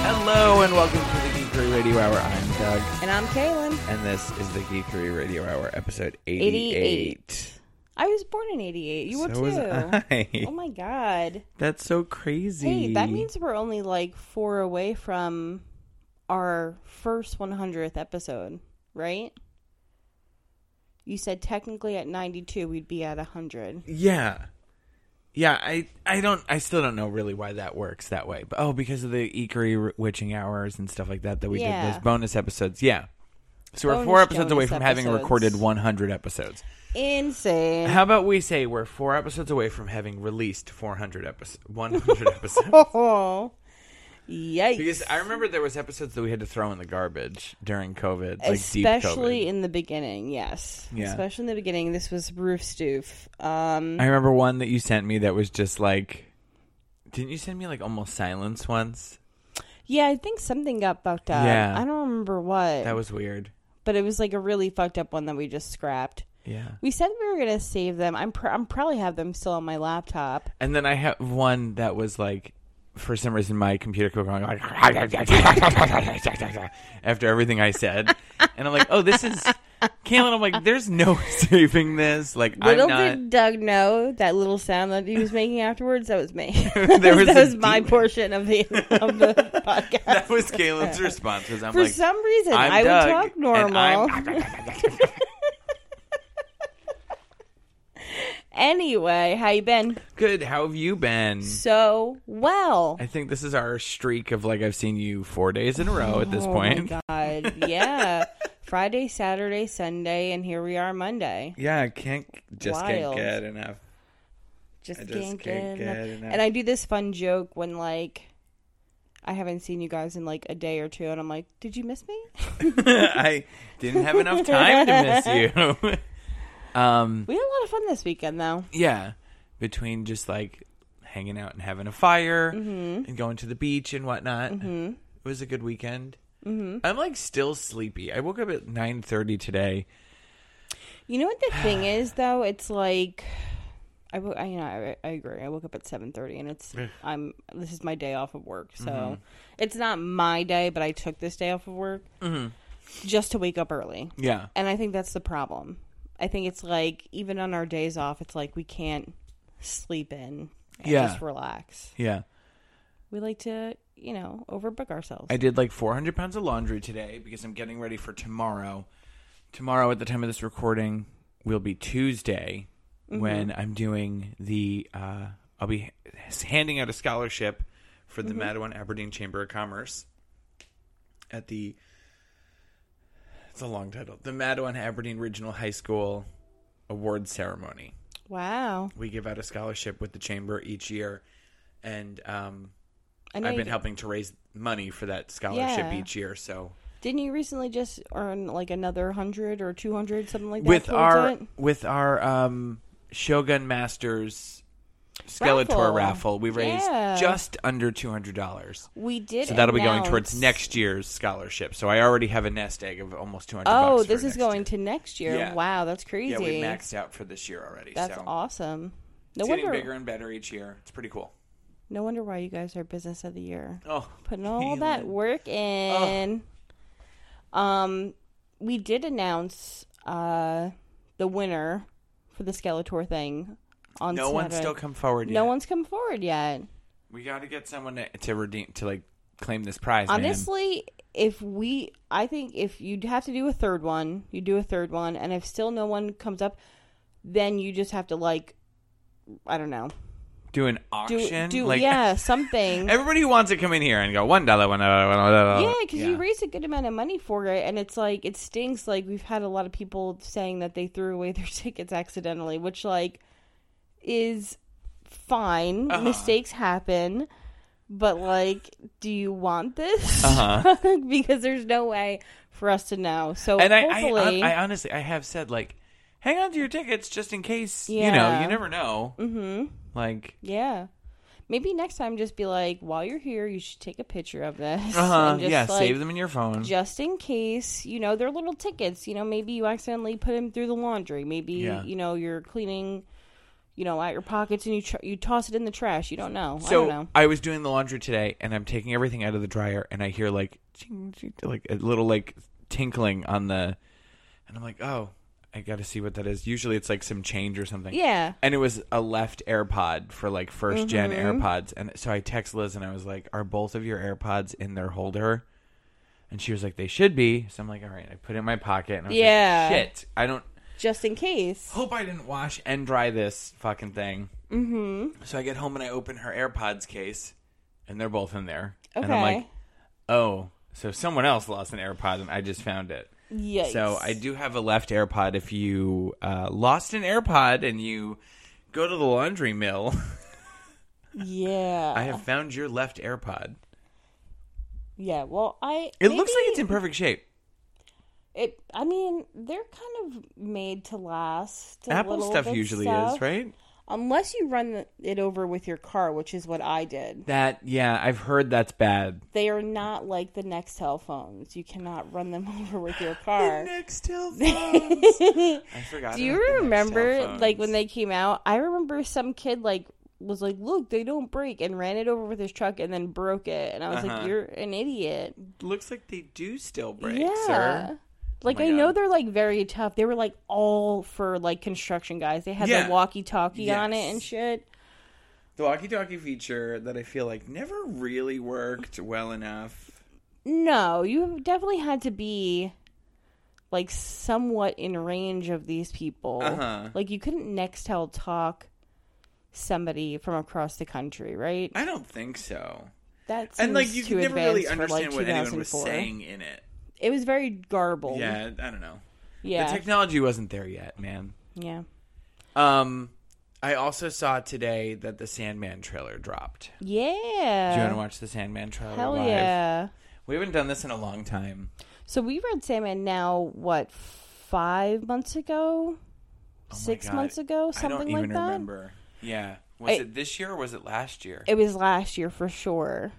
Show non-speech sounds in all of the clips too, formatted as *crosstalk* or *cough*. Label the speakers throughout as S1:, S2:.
S1: Hello and welcome to the Geekery Radio Hour. I'm Doug,
S2: And I'm Kaylin.
S1: and this is the Geekery Radio Hour, episode 88.
S2: 88. I was born in 88. You were
S1: So
S2: too.
S1: was *laughs* I.
S2: *laughs* Oh my god.
S1: That's so crazy.
S2: Hey, that means we're only like four away from our first 100th episode, right? You said technically at 92 we'd be at 100.
S1: Yeah. Yeah, I, I don't I still don't know really why that works that way. But oh, because of the Geekery witching hours and stuff like that that we
S2: Yeah.
S1: did those bonus episodes. Yeah. So we're
S2: Bonus
S1: four episodes
S2: bonus
S1: away from having
S2: episodes.
S1: recorded 100 episodes. *laughs*
S2: Insane.
S1: How about we say we're four episodes away from having released 400 episodes,
S2: *laughs*
S1: 100 episodes?
S2: Oh. Yikes.
S1: Because I remember there was episodes that we had to throw in the garbage during COVID, like
S2: Especially
S1: deep
S2: in the beginning, yes.
S1: Yeah.
S2: Especially in the beginning, this was roof stoof. Um,
S1: COVID. I remember one that you sent me that was just like, didn't you send me like almost silence once?
S2: yeah, I think something got fucked up.
S1: Yeah.
S2: I don't remember what.
S1: That was weird.
S2: but it was like a really fucked up one that we just scrapped.
S1: Yeah.
S2: We said we were gonna save them. I'm pr- I'm probably have them still on my laptop.
S1: And then I have one that was like, for some reason, my computer kept going like *laughs* after everything I said, and I'm like, oh, this
S2: *laughs*
S1: is. Kaylin, I'm like, there's no *laughs* saving this. Like,
S2: Little
S1: I'm not.
S2: did Doug know that little sound that he was making afterwards. That was me.
S1: *laughs*
S2: *laughs*
S1: There was
S2: that
S1: a
S2: was my
S1: demon.
S2: portion of the of the
S1: *laughs*
S2: podcast.
S1: *laughs* that was Kaylin's response because I'm
S2: For
S1: like,
S2: some reason,
S1: I'm
S2: I
S1: Doug,
S2: would talk
S1: and
S2: normal.
S1: *laughs* I'm-
S2: Anyway, how you been?
S1: Good. How have you been?
S2: So well.
S1: I think this is our streak of like I've seen you four days in a row at this
S2: oh
S1: point.
S2: my god!
S1: *laughs*
S2: Yeah, Friday, Saturday, Sunday, and here we are Monday.
S1: Yeah, I can't just
S2: Wild.
S1: can't get enough.
S2: just,
S1: I just
S2: can't,
S1: can't
S2: get,
S1: get
S2: enough.
S1: enough.
S2: And I do this fun joke when like I haven't seen you guys in like a day or two, and I'm like, "Did you miss me?
S1: *laughs*
S2: *laughs*
S1: I didn't have enough time to miss
S2: *laughs*
S1: you. *laughs* um,
S2: We had a lot of fun this weekend, though.
S1: yeah, between just like hanging out and having a fire
S2: Mm-hmm.
S1: and going to the beach and whatnot, it was a good weekend. Mm-hmm. I'm like still sleepy. I woke up at 9:30 today.
S2: You know what the thing is, though? It's like I, wo- I you know, I, I agree. I woke up at seven thirty, and it's I'm this is my day off of work, so it's not my day, but I took this day off of work just to wake up early.
S1: Yeah,
S2: And I think that's the problem. I think it's like even on our days off, it's like we can't sleep in and
S1: Yeah.
S2: just relax.
S1: yeah.
S2: We like to, you know, overbook ourselves.
S1: I did like 400 pounds of laundry today because I'm getting ready for tomorrow. Tomorrow, at the time of this recording, will be Tuesday when I'm doing the. Uh, I'll be h- handing out a scholarship for the Madawan Aberdeen Chamber of Commerce at the. It's a long title. The Madawan Aberdeen Regional High School Award Ceremony
S2: wow.
S1: we give out a scholarship with the chamber each year and um
S2: I know
S1: i've
S2: you
S1: been
S2: d-
S1: helping to raise money for that scholarship
S2: Yeah.
S1: each year so
S2: Didn't you recently just earn like another 100 or 200 something like that
S1: with
S2: towards
S1: our
S2: it?
S1: with our um shogun masters skeletor
S2: Raffle.
S1: raffle, we raised
S2: Yeah.
S1: just under $200
S2: We did
S1: so that'll be going
S2: announce-
S1: towards next year's scholarship so i already have a nest egg of almost 200
S2: Oh,
S1: bucks for
S2: this is
S1: next
S2: going
S1: year.
S2: to next year.
S1: Yeah.
S2: Wow, that's crazy.
S1: yeah we maxed out for this year already
S2: that's
S1: so
S2: awesome. No
S1: it's
S2: wonder
S1: getting bigger and better each year it's pretty cool
S2: No wonder why you guys are business of the year.
S1: oh
S2: putting all
S1: Kaylin.
S2: that work in. Um, we did announce uh the winner for the Skeletor thing on
S1: no one's
S2: Saturday.
S1: still come forward
S2: no
S1: yet.
S2: one's come forward yet.
S1: We got to get someone to, to redeem to like claim this prize. man.
S2: Honestly, if we, I think if you have to do a third one, you do a third one, and if still no one comes up, then you just have to like, I don't know,
S1: do an
S2: do
S1: auction.
S2: do
S1: like,
S2: yeah
S1: *laughs*
S2: something.
S1: Everybody who wants it come in here and go one dollar, one dollar, one dollar.
S2: Yeah, because you raised a good amount of money for it, and it's like it stinks. Like we've had a lot of people saying that they threw away *laughs* their tickets accidentally, which like is fine.
S1: Uh-huh.
S2: Mistakes happen, but like, do you want this? *laughs* because there's no way for us to know. So
S1: Uh-huh. and I,
S2: hopefully,
S1: I, I honestly, I have said like, hang on to your tickets just in case. You know,
S2: Yeah.
S1: you never know. Mm-hmm. Like,
S2: yeah. Maybe next time, just be like, while you're here, you should take a picture of this.
S1: uh-huh,
S2: *laughs* and just,
S1: yeah,
S2: like,
S1: save them in your phone.
S2: just in case you know they're little tickets you know maybe you accidentally put them through the laundry maybe
S1: Yeah.
S2: you know you're cleaning you know out your pockets and you tr- you toss it in the trash. You don't know. I don't
S1: So
S2: know.
S1: I, was doing the laundry today, and I'm taking everything out of the dryer, and I hear like ting, ting, like a little like tinkling on the, and I'm like, oh, I got to see what that is. Usually it's like some change or something.
S2: Yeah.
S1: And it was a left AirPod for like 1st gen
S2: Mm-hmm.
S1: AirPods, and so I text Liz and I was like, are both of your AirPods in their holder? And she was like, they should be. So I'm like, all right. I put it in my pocket, and I was
S2: Yeah.
S1: like, shit, I don't
S2: Just in case.
S1: hope I didn't wash and dry this fucking thing. Mm-hmm. So I get home and I open her AirPods case, and they're both in there. And I'm like,
S2: Okay.
S1: oh, so someone else lost an AirPod and I just found it.
S2: Yikes.
S1: So I do have a left AirPod. If you uh, lost an AirPod and you go to the laundry mill, *laughs*
S2: Yeah.
S1: I have found your left AirPod.
S2: Yeah. Well, I.
S1: It looks like
S2: maybe-
S1: it's in perfect shape.
S2: It. I mean, they're kind of made to last. a
S1: Apple
S2: little
S1: stuff
S2: bit
S1: usually is,
S2: stuff.
S1: right?
S2: Unless you run the- it over with your car, which is what I did.
S1: That, yeah, I've heard that's bad.
S2: They are not like the Nextel phones. You cannot run them *laughs* over with your
S1: The *laughs*
S2: car. *laughs*
S1: Nextel phone. I forgot.
S2: Do you
S1: about the Nextel
S2: remember like
S1: phones.
S2: when they came out? I remember some kid like was like, "Look, they don't break," and ran it over with his truck and then broke it. And I was
S1: Uh-huh. Oh
S2: like, "You're an idiot."
S1: looks like they do still break,
S2: yeah.
S1: sir. Oh
S2: Like
S1: my
S2: I know
S1: God.
S2: they're like very tough. They were like all for like construction guys. They had
S1: Yeah.
S2: the walkie-talkie on it
S1: Yes.
S2: and shit.
S1: The walkie-talkie feature that I feel like never really worked well enough.
S2: No, you definitely had to be like somewhat in range of these people.
S1: Uh-huh.
S2: Like you couldn't Nextel talk somebody from across the country, right?
S1: I don't think so.
S2: That
S1: and like
S2: seems
S1: you
S2: too
S1: could never really
S2: advanced for,
S1: understand
S2: like,
S1: what anyone was
S2: 2004.
S1: saying in it.
S2: It was very garbled. Yeah,
S1: Yeah, I don't know.
S2: yeah,
S1: The technology wasn't there yet, man.
S2: yeah,
S1: Um, I also saw today that the Sandman trailer dropped. Do you want to watch the Sandman trailer
S2: Uh, Hell
S1: live?
S2: yeah!
S1: We haven't done this in a long time. Oh
S2: So we read Sandman now. What five months ago?
S1: Oh my
S2: Six
S1: God.
S2: months ago? Something
S1: I don't
S2: like
S1: even
S2: that.
S1: remember. Yeah. Was
S2: I-
S1: it this year or was it last year?
S2: It was last year for sure.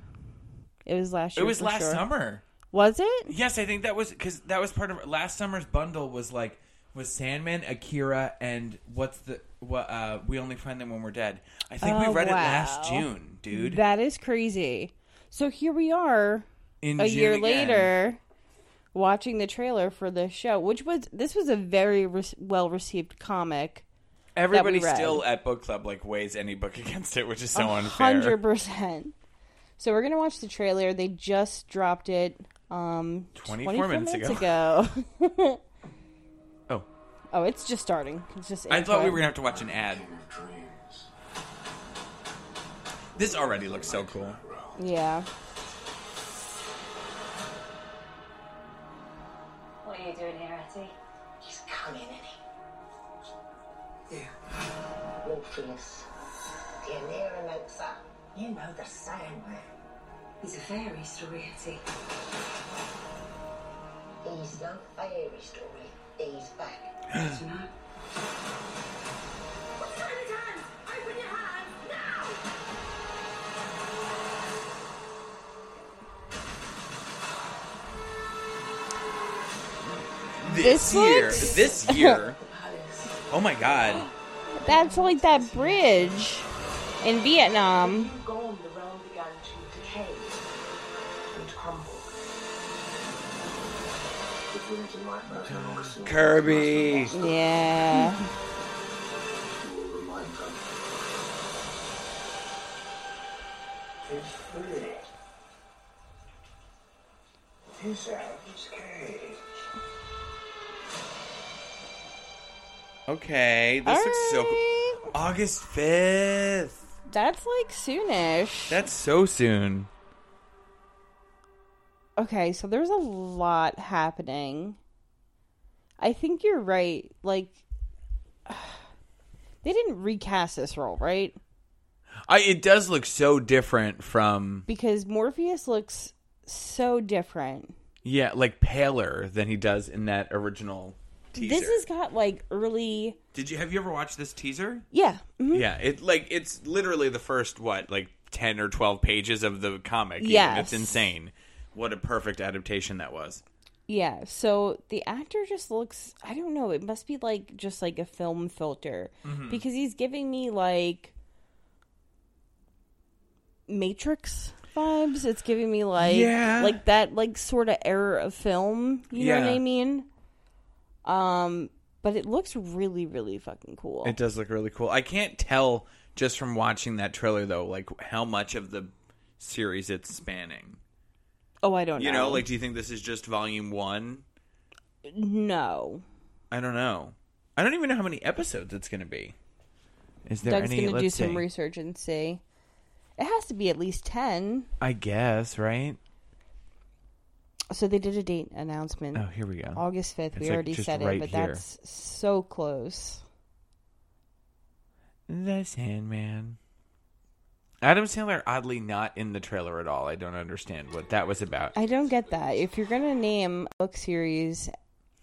S2: It was last
S1: It
S2: year.
S1: was
S2: for
S1: last
S2: sure.
S1: summer.
S2: Was it?
S1: Yes, I think that was because that was part of last summer's bundle was like was Sandman, Akira, and what's the what? Uh, we only find them when we're dead. I think we
S2: Oh,
S1: read it last
S2: wow.
S1: June, dude.
S2: That is crazy. So here we are
S1: In
S2: a
S1: June
S2: year
S1: again.
S2: later watching the trailer for the show, which was this was a very re- well received comic.
S1: everybody
S2: read.
S1: still at book club like weighs any book *laughs* against it, which is so unfair.
S2: Hundred percent. So we're gonna watch the trailer. They just dropped it. Um,
S1: 24
S2: 24,
S1: minutes
S2: minutes, ago.
S1: *laughs* Oh,
S2: oh, it's just starting. It's just.
S1: I thought we
S2: intro.
S1: were gonna have to watch an ad. This already looks so cool.
S2: Yeah.
S3: What are you doing here, Etty? He's coming, isn't he? Yeah. Morpheus. The Aneromancer. You know the Sandman. He's a fairy story, Etty. He's no fairy story. He's back. Did you know? Open your hands now!
S1: This,
S2: This
S1: year,
S2: looks-
S1: this
S2: *laughs*
S1: year. oh my god.
S2: That's like that bridge in Vietnam.
S3: You've gone the realm began to decay and crumble.
S4: The village of nightmares no longer seems
S1: Kirby.
S2: Yeah.
S4: to rule the mind country. Tis free. Tis out of his cage.
S1: Okay, this looks so cool.
S2: Alright.
S1: August fifth.
S2: That's like soonish.
S1: That's so soon.
S2: Okay, so there's a lot happening. I think you're right. Like, *sighs* they didn't recast this role, right?
S1: I it does look so different from
S2: Because Morpheus looks so different.
S1: yeah, like paler than he does in that original teaser.
S2: This has got like early.
S1: Did you have you ever watched this teaser?
S2: Yeah. mhm.
S1: Yeah, it like it's literally the first what like ten or twelve pages of the comic. even.
S2: Yes.
S1: it's insane. What a perfect adaptation that was.
S2: Yeah, so the actor just looks I don't know, it must be like just like a film filter
S1: Mm-hmm.
S2: because he's giving me like Matrix vibes. It's giving me like
S1: Yeah.
S2: like that like sort of era of film, you know what
S1: Yeah.
S2: I mean? Um but it looks really really fucking cool.
S1: It does look really cool. I can't tell just from watching that trailer though, like how much of the series it's spanning.
S2: oh, I don't
S1: You
S2: know.
S1: know, like do you think this is just volume 1?
S2: no.
S1: I don't know. I don't even know how many episodes it's going to be. Is there
S2: Doug's
S1: any
S2: going to
S1: let's
S2: do some
S1: see.
S2: research and see. It has to be at least 10.
S1: I guess, right?
S2: So they did a date announcement.
S1: Oh, here we go.
S2: August 5th.
S1: It's,
S2: we
S1: like,
S2: already
S1: just
S2: said
S1: right
S2: it, but
S1: here.
S2: that's so close.
S1: The Sandman. Adam Sandler oddly not in the trailer at all. I don't understand what that was about.
S2: I don't get that. If you're going to name a book series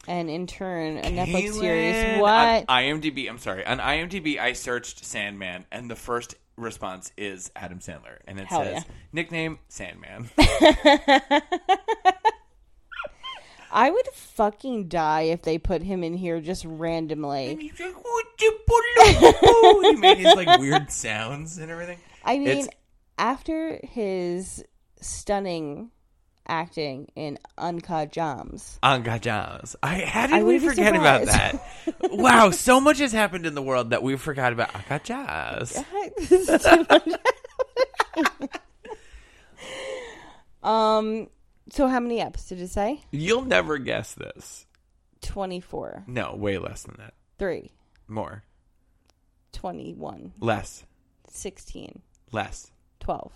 S2: and in turn a Netflix series,
S1: Caitlin,
S2: what?
S1: On IMDb, I'm sorry. On IMDb, I searched Sandman, and the first response is Adam Sandler, and it
S2: Hell
S1: says
S2: yeah.
S1: nickname Sandman.
S2: *laughs* I would fucking die if they put him in here just randomly.
S1: He's like, "Would you pull up?" he made his like *laughs* weird sounds and everything.
S2: I mean,
S1: It's-
S2: after his stunning acting in Uncut Gems,
S1: Angajaz. I how did
S2: I
S1: we
S2: wouldn't be
S1: forget about
S2: surprised.
S1: that? wow, so much has happened in the world that we forgot about Angajaz.
S2: *laughs* um, so how many eps did it say?
S1: You'll never guess this.
S2: 24,
S1: No, way less than that.
S2: 3,
S1: More.
S2: 21,
S1: Less.
S2: 16,
S1: Less.
S2: 12,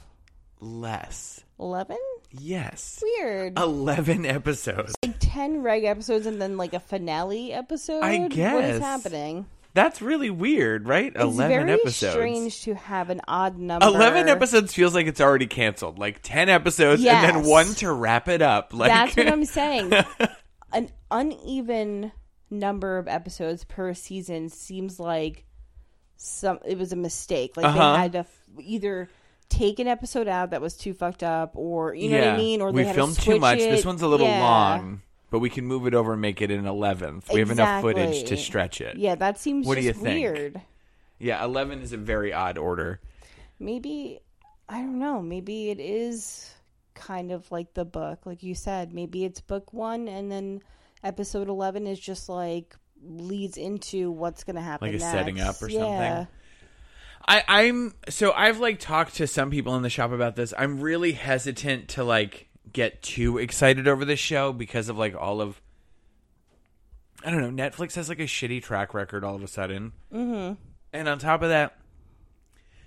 S1: Less.
S2: 11?
S1: Yes.
S2: Weird.
S1: Oh. Eleven episodes.
S2: like 10 reg episodes and then like a finale episode?
S1: I
S2: What is
S1: guess.
S2: happening?
S1: That's really weird, right?
S2: It's
S1: Eleven
S2: very
S1: episodes.
S2: strange to have an odd number.
S1: Eleven episodes feels like it's already canceled. Like ten episodes and
S2: Yes.
S1: then one to wrap it up. Like
S2: That's what
S1: *laughs*
S2: I'm saying. An uneven number of episodes per season seems like some it was a mistake. Like
S1: Uh-huh.
S2: they had to f- either take an episode out that was too fucked up, or you know what I mean, or
S1: we
S2: they had
S1: filmed
S2: to switch
S1: too much.
S2: it.
S1: This one's a little
S2: Yeah.
S1: long, but we can move it over and make it an eleventh. We have enough footage to
S2: Exactly.
S1: stretch it.
S2: Yeah, that seems
S1: What do
S2: just
S1: you think?
S2: weird.
S1: Yeah, eleven is a very odd order.
S2: Maybe I don't know. Maybe it is kind of like the book, like you said. Maybe it's book one, and then episode eleven is just like leads into what's going to happen,
S1: Like a setting
S2: next.
S1: up or
S2: Yeah.
S1: something? I, I'm so I've like talked to some people in the shop about this. I'm really hesitant to like get too excited over this show because of like all of I don't know. Netflix has like a shitty track record all of a sudden, mm-hmm. and on top of that,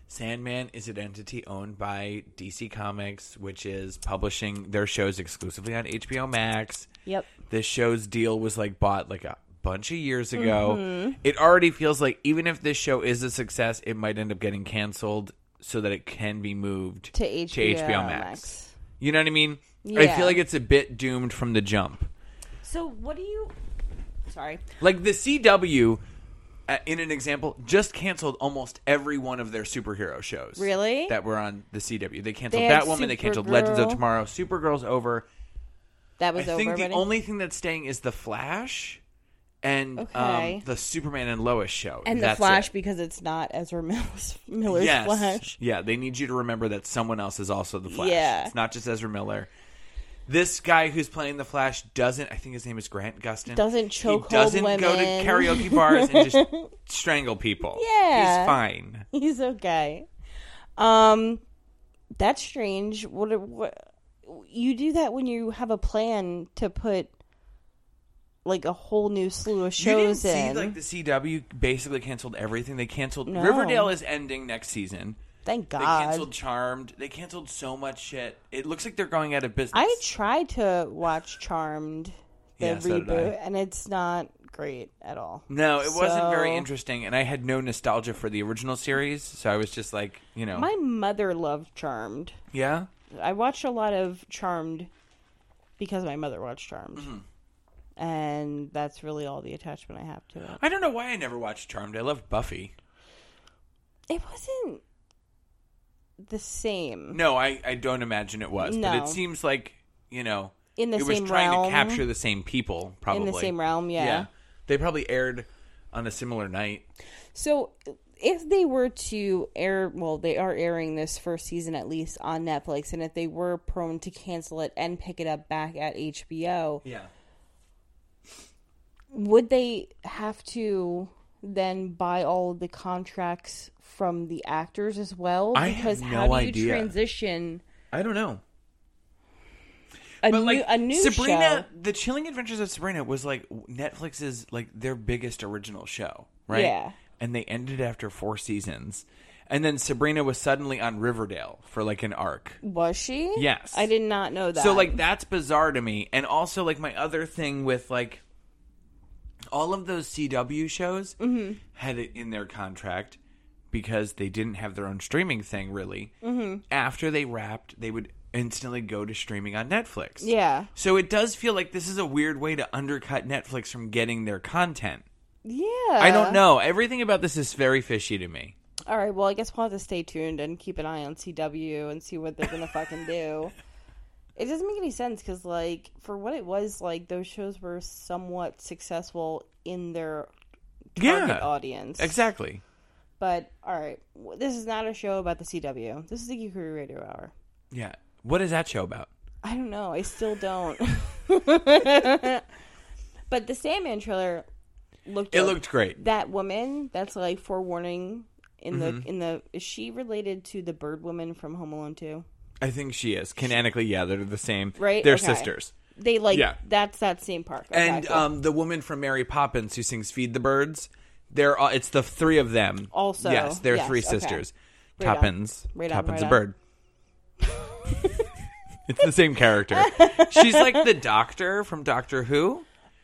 S1: Sandman is an entity owned by DC Comics, which is publishing their shows exclusively on HBO Max
S2: Yep.
S1: this show's deal was like bought like a bunch of years ago.
S2: Mm-hmm.
S1: It already feels like even if this show is a success, it might end up getting canceled so that it can be moved
S2: To HBO, Max.
S1: You know what I mean? I
S2: Yeah.
S1: feel like it's a bit doomed from the jump.
S2: So what do you? Sorry.
S1: Like the CW, uh, in an example, just canceled almost every one of their superhero shows.
S2: Really?
S1: That were on the CW. They canceled
S2: They had
S1: Batwoman. They canceled Legends of
S2: Supergirl.
S1: Tomorrow. Supergirl's over.
S2: That
S1: I
S2: was
S1: think
S2: over.
S1: the
S2: buddy?
S1: only thing that's staying is the Flash and
S2: Okay.
S1: um, the Superman and Lois show.
S2: and the
S1: That's
S2: Flash
S1: it.
S2: because it's not Ezra Miller's, *laughs* Miller's
S1: yes.
S2: Flash.
S1: Yeah, they need you to remember that someone else is also the Flash.
S2: Yeah.
S1: It's not just Ezra Miller. This guy who's playing the Flash doesn't. I think his name is Grant Gustin.
S2: Doesn't chokehold
S1: He doesn't go to
S2: women.
S1: karaoke bars and just
S2: *laughs*
S1: strangle people.
S2: Yeah.
S1: he's fine.
S2: *laughs* He's okay. Um, that's strange. What, what you do that when you have a plan to put like a whole new slew of
S1: You didn't
S2: shows
S1: see
S2: in?
S1: like the CW basically canceled everything. They canceled
S2: No.
S1: Riverdale is ending next season.
S2: Thank
S1: They
S2: God.
S1: canceled Charmed. They canceled so much shit. It looks like they're going out of business.
S2: I tried to watch Charmed, the
S1: Yeah, so did I.
S2: reboot, and it's not great at all.
S1: No, it wasn't very
S2: So-
S1: interesting, and I had no nostalgia for the original series, so I was just like, you know,
S2: My mother loved Charmed.
S1: yeah,
S2: I watched a lot of Charmed because my mother watched Charmed.
S1: Mm-hmm.
S2: And that's really all the attachment I have to it.
S1: I don't know why I never watched Charmed. I loved Buffy.
S2: It wasn't the same.
S1: No, I I don't imagine it was, but
S2: No.
S1: it seems like you know
S2: in the
S1: it was
S2: same
S1: trying
S2: realm.
S1: to capture the same people, probably
S2: in the same realm, yeah.
S1: They probably aired on a similar night.
S2: So if they were to air, well, they are airing this first season at least on Netflix, and if they were prone to cancel it and pick it up back at HBO,
S1: Yeah.
S2: would they have to then buy all the contracts from the actors as well?
S1: I have
S2: Because how
S1: no
S2: do you
S1: idea.
S2: transition
S1: I don't know.
S2: a
S1: But
S2: new
S1: like
S2: a new
S1: Sabrina,
S2: show?
S1: The Chilling Adventures of Sabrina was like Netflix's like their biggest original show, right?
S2: Yeah.
S1: And they ended after four seasons. And then Sabrina was suddenly on Riverdale for like an arc.
S2: Was she?
S1: Yes.
S2: I did not know that.
S1: So like that's bizarre to me. And also like my other thing with like all of those CW shows
S2: Mm-hmm.
S1: had it in their contract because they didn't have their own streaming thing really. Mm-hmm. After they wrapped, they would instantly go to streaming on Netflix.
S2: yeah,
S1: So it does feel like this is a weird way to undercut Netflix from getting their content.
S2: yeah.
S1: I don't know. Everything about this is very fishy to me.
S2: All right, well, I guess we'll have to stay tuned and keep an eye on CW and see what they're gonna
S1: *laughs*
S2: fucking do. It doesn't make any sense because, like, for what it was, like those shows were somewhat successful in their target
S1: Yeah.
S2: audience.
S1: Exactly.
S2: But all right, w- this is not a show about the CW. This is the Geekery Radio Hour.
S1: Yeah. What is that show about?
S2: I don't know. I
S1: *laughs*
S2: still don't. *laughs* but the Sandman trailer looked.
S1: It
S2: dope.
S1: looked great.
S2: that woman that's like forewarning in
S1: Mm-hmm.
S2: the in the is she related to the bird woman from home alone 2
S1: I think she is. Canonically, yeah, they're the same.
S2: Right?
S1: They're
S2: Okay.
S1: sisters.
S2: they like
S1: Yeah.
S2: that's that same park Okay,
S1: And
S2: cool.
S1: um, the woman from Mary Poppins who sings "Feed the Birds," they're all, it's the three of them.
S2: Also,
S1: yes, they're
S2: yes,
S1: three
S2: okay.
S1: sisters.
S2: Right on.
S1: Toppins,
S2: Right on,
S1: Toppins
S2: right
S1: a
S2: on. *laughs*
S1: bird. it's the same character. She's like the doctor from Doctor Who.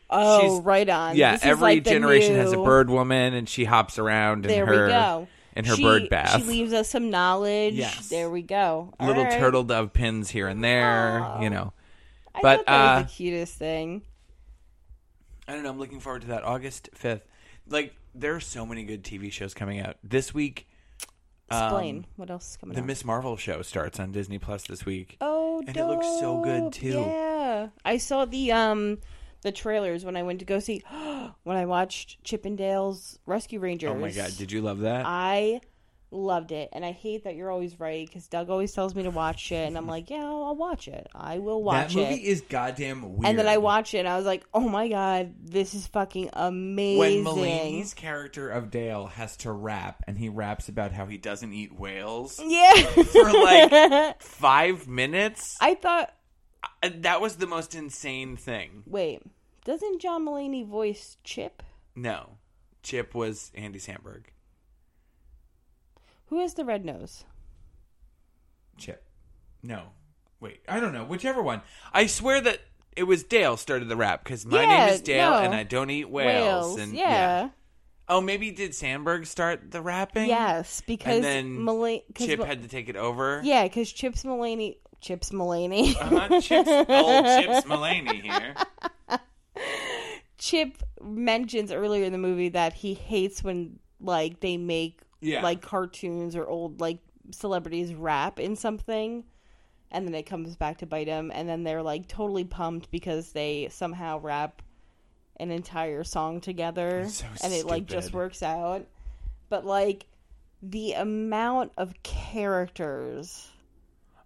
S2: oh
S1: she's-
S2: right on
S1: Yeah,
S2: This is,
S1: every
S2: like, the
S1: generation has a
S2: new-
S1: bird woman, and she hops around in
S2: there
S1: her
S2: we go
S1: in her
S2: She-
S1: bird bath.
S2: she leaves us some knowledge
S1: Yes.
S2: there we go All
S1: Little
S2: right.
S1: turtle dove pins here and there, you know.
S2: I
S1: but,
S2: thought that was
S1: uh,
S2: the cutest thing
S1: I don't know. I'm looking forward to that August 5th. Like there are so many good TV shows coming out this week.
S2: explain what else is
S1: um,
S2: coming
S1: The
S2: up
S1: Miss Marvel show starts on Disney Plus this week.
S2: Oh,
S1: and it looks so good,
S2: dope.
S1: too.
S2: Yeah, I saw the um the trailers when I went to go see *gasps* when I watched Chippendales Rescue Rangers.
S1: Oh my god, did you love that?
S2: I loved it, and I hate that you're always right because Doug always tells me to watch it, and I'm like, yeah, I'll watch it. I will watch
S1: that movie
S2: it.
S1: is goddamn weird.
S2: and then I watched it, and I was like, oh my god, this is fucking
S1: when
S2: amazing.
S1: Mulaney's character of Dale has to rap, and he raps about how he doesn't eat
S2: *laughs*
S1: whales
S2: yeah,
S1: for like five minutes.
S2: I thought.
S1: Uh, That was the most insane thing.
S2: Wait, doesn't John Mulaney voice Chip?
S1: No, Chip was Andy Samberg.
S2: Who is the red nose?
S1: Chip. No. Wait, I don't know. Whichever one. I swear that it was Dale started the rap because my
S2: Yeah,
S1: name is Dale
S2: no.
S1: and I don't eat whales. and
S2: yeah.
S1: Oh, maybe did Sandberg start the rapping?
S2: Yes, because
S1: And then
S2: Mulan- 'cause
S1: Chip
S2: Mu-
S1: had to take it over. *laughs*
S2: yeah, because Chips Mulaney, Chips Mulaney,
S1: Uh-huh, Chips, old Chips Mulaney here.
S2: *laughs* Chip mentions earlier in the movie that he hates when like they make
S1: Yeah.
S2: like cartoons or old like celebrities rap in something. And then it comes back to bite him, and then they're like totally pumped because they somehow rap an entire song together,
S1: so
S2: and it like just
S1: stupid.
S2: works out. But like the amount of characters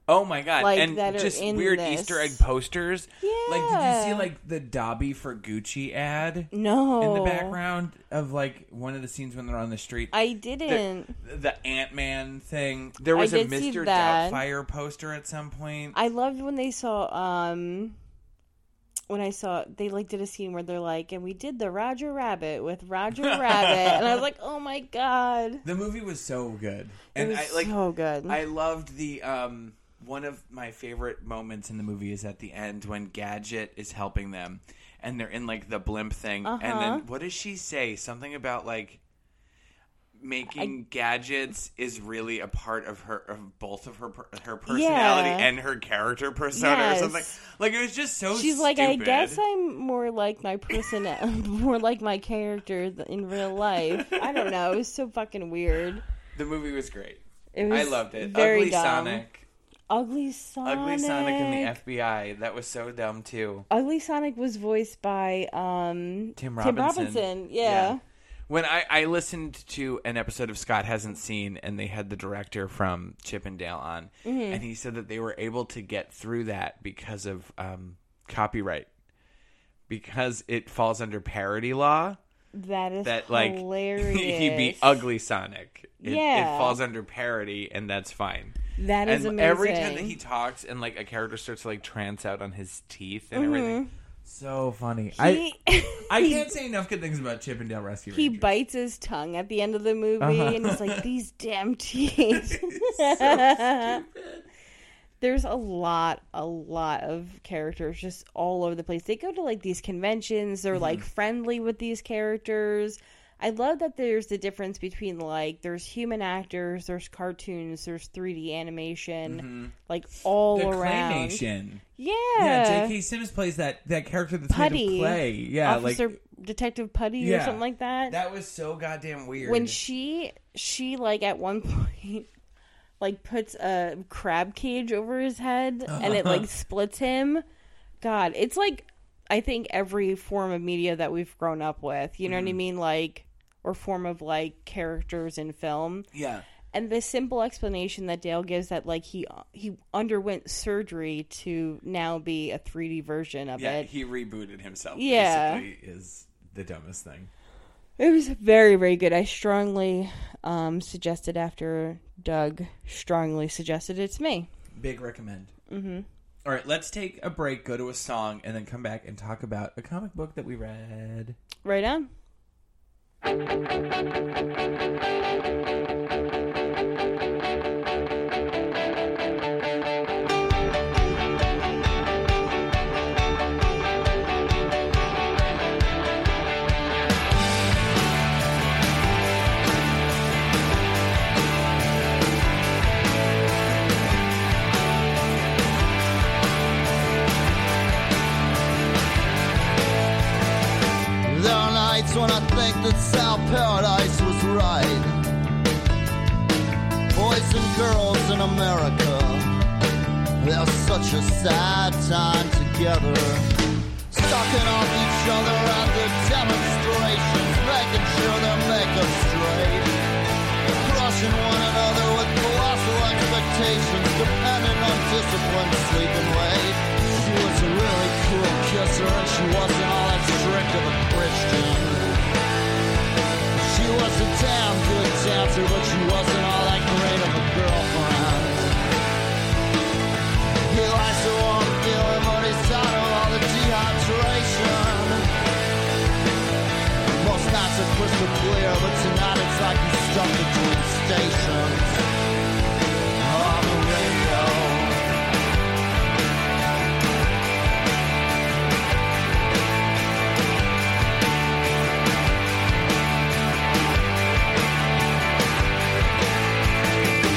S1: Oh my god!
S2: Like,
S1: and
S2: that are
S1: just
S2: in
S1: weird
S2: this.
S1: Easter egg posters. Like, did you see
S2: Yeah.
S1: like the Dobby for Gucci ad
S2: No.
S1: in the background of like one of the scenes when they're on the street?
S2: I
S1: the-
S2: didn't.
S1: the Ant Man thing. There
S2: I
S1: was a
S2: did see
S1: Mr.
S2: that.
S1: Doubtfire poster at some point.
S2: I loved when they saw um when I saw they like did a scene where they're like, and we did the Roger Rabbit with
S1: *laughs*
S2: Roger Rabbit, and I was like, oh my god,
S1: the movie was so good,
S2: it
S1: and
S2: was
S1: I like.
S2: so good.
S1: I loved the um. One of my favorite moments in the movie is at the end when Gadget is helping them, and they're in like the blimp thing. And
S2: Uh-huh.
S1: then what does she say? Something about like making gadgets is really a part of her of both of her per- her personality
S2: Yeah.
S1: and her character persona
S2: Yes.
S1: or something. Like it was just so.
S2: She's like, I
S1: stupid.
S2: guess I'm more like my person, *laughs* more like my character th- in real life. I don't know. It was so fucking weird.
S1: The movie was great.
S2: It was
S1: I loved it.
S2: Very
S1: Ugly
S2: dumb.
S1: Sonic.
S2: Ugly Sonic.
S1: Ugly Sonic and the FBI. That was so dumb too.
S2: Ugly Sonic was voiced by um,
S1: Tim Robinson.
S2: Robinson, Yeah.
S1: When I, I listened to an episode of Scott Hasn't Seen, and they had the director from Chippendale on,
S2: Mm-hmm.
S1: and he said that they were able to get through that because of um, copyright, because it falls under parody law.
S2: that is
S1: That like *laughs*
S2: hilarious.
S1: he'd be ugly Sonic. It,
S2: Yeah.
S1: it falls under parody, and that's fine.
S2: That is
S1: and
S2: amazing.
S1: every time that he talks and like a character starts to like trance out on his teeth and everything. So funny. I
S2: Mm-hmm. He- *laughs*
S1: I can't say enough good things about Chippendale Rescue
S2: he
S1: Rangers.
S2: bites his tongue at the end of the movie and he's like these
S1: *laughs*
S2: damn teeth there's a lot a lot of characters just all over the place they go to like these conventions they're
S1: Mm-hmm.
S2: like friendly with these characters i love that there's the difference between like there's human actors there's cartoons there's 3d animation like all
S1: the
S2: around
S1: Mm-hmm. claymation.
S2: yeah,
S1: Yeah, J.K. Simmons plays that that character that's made
S2: Putty.
S1: of clay. Yeah,
S2: officer
S1: like
S2: detective putty or
S1: Yeah.
S2: something like
S1: that was so goddamn weird.
S2: when she she like at one *laughs* point like puts a crab cage over his head and it
S1: Uh-huh.
S2: like splits him god it's like i think every form of media that we've grown up with you know
S1: Mm-hmm.
S2: what i mean like or form of like characters in film
S1: yeah,
S2: and the simple explanation that dale gives that like he he underwent surgery to now be a 3d version of
S1: yeah,
S2: it
S1: he rebooted himself.
S2: Yeah.
S1: basically, is the dumbest thing.
S2: It was very, very good. I strongly um, suggested after Doug strongly suggested it's me.
S1: Big recommend. Mm-hmm. right, let's take a break, go to a song, and then come back and talk about a comic book that we read.
S2: Right on.
S5: There are nights when I think that South Paradise was right. Boys and girls in America, they're such a sad time together. Sucking off each other at the demonstrations, making sure their makeup's straight. Crushing one another with colossal expectations, depending on discipline, sleep, and weight. She was a really cool kisser, and she wasn't all that strict of a Christian. She was a damn good dancer, but she wasn't all that great of a girlfriend. He likes the warm feeling, but he's tired of all the dehydration. Most nights are crystal clear, but tonight it's like he's stuck between stations on the radio.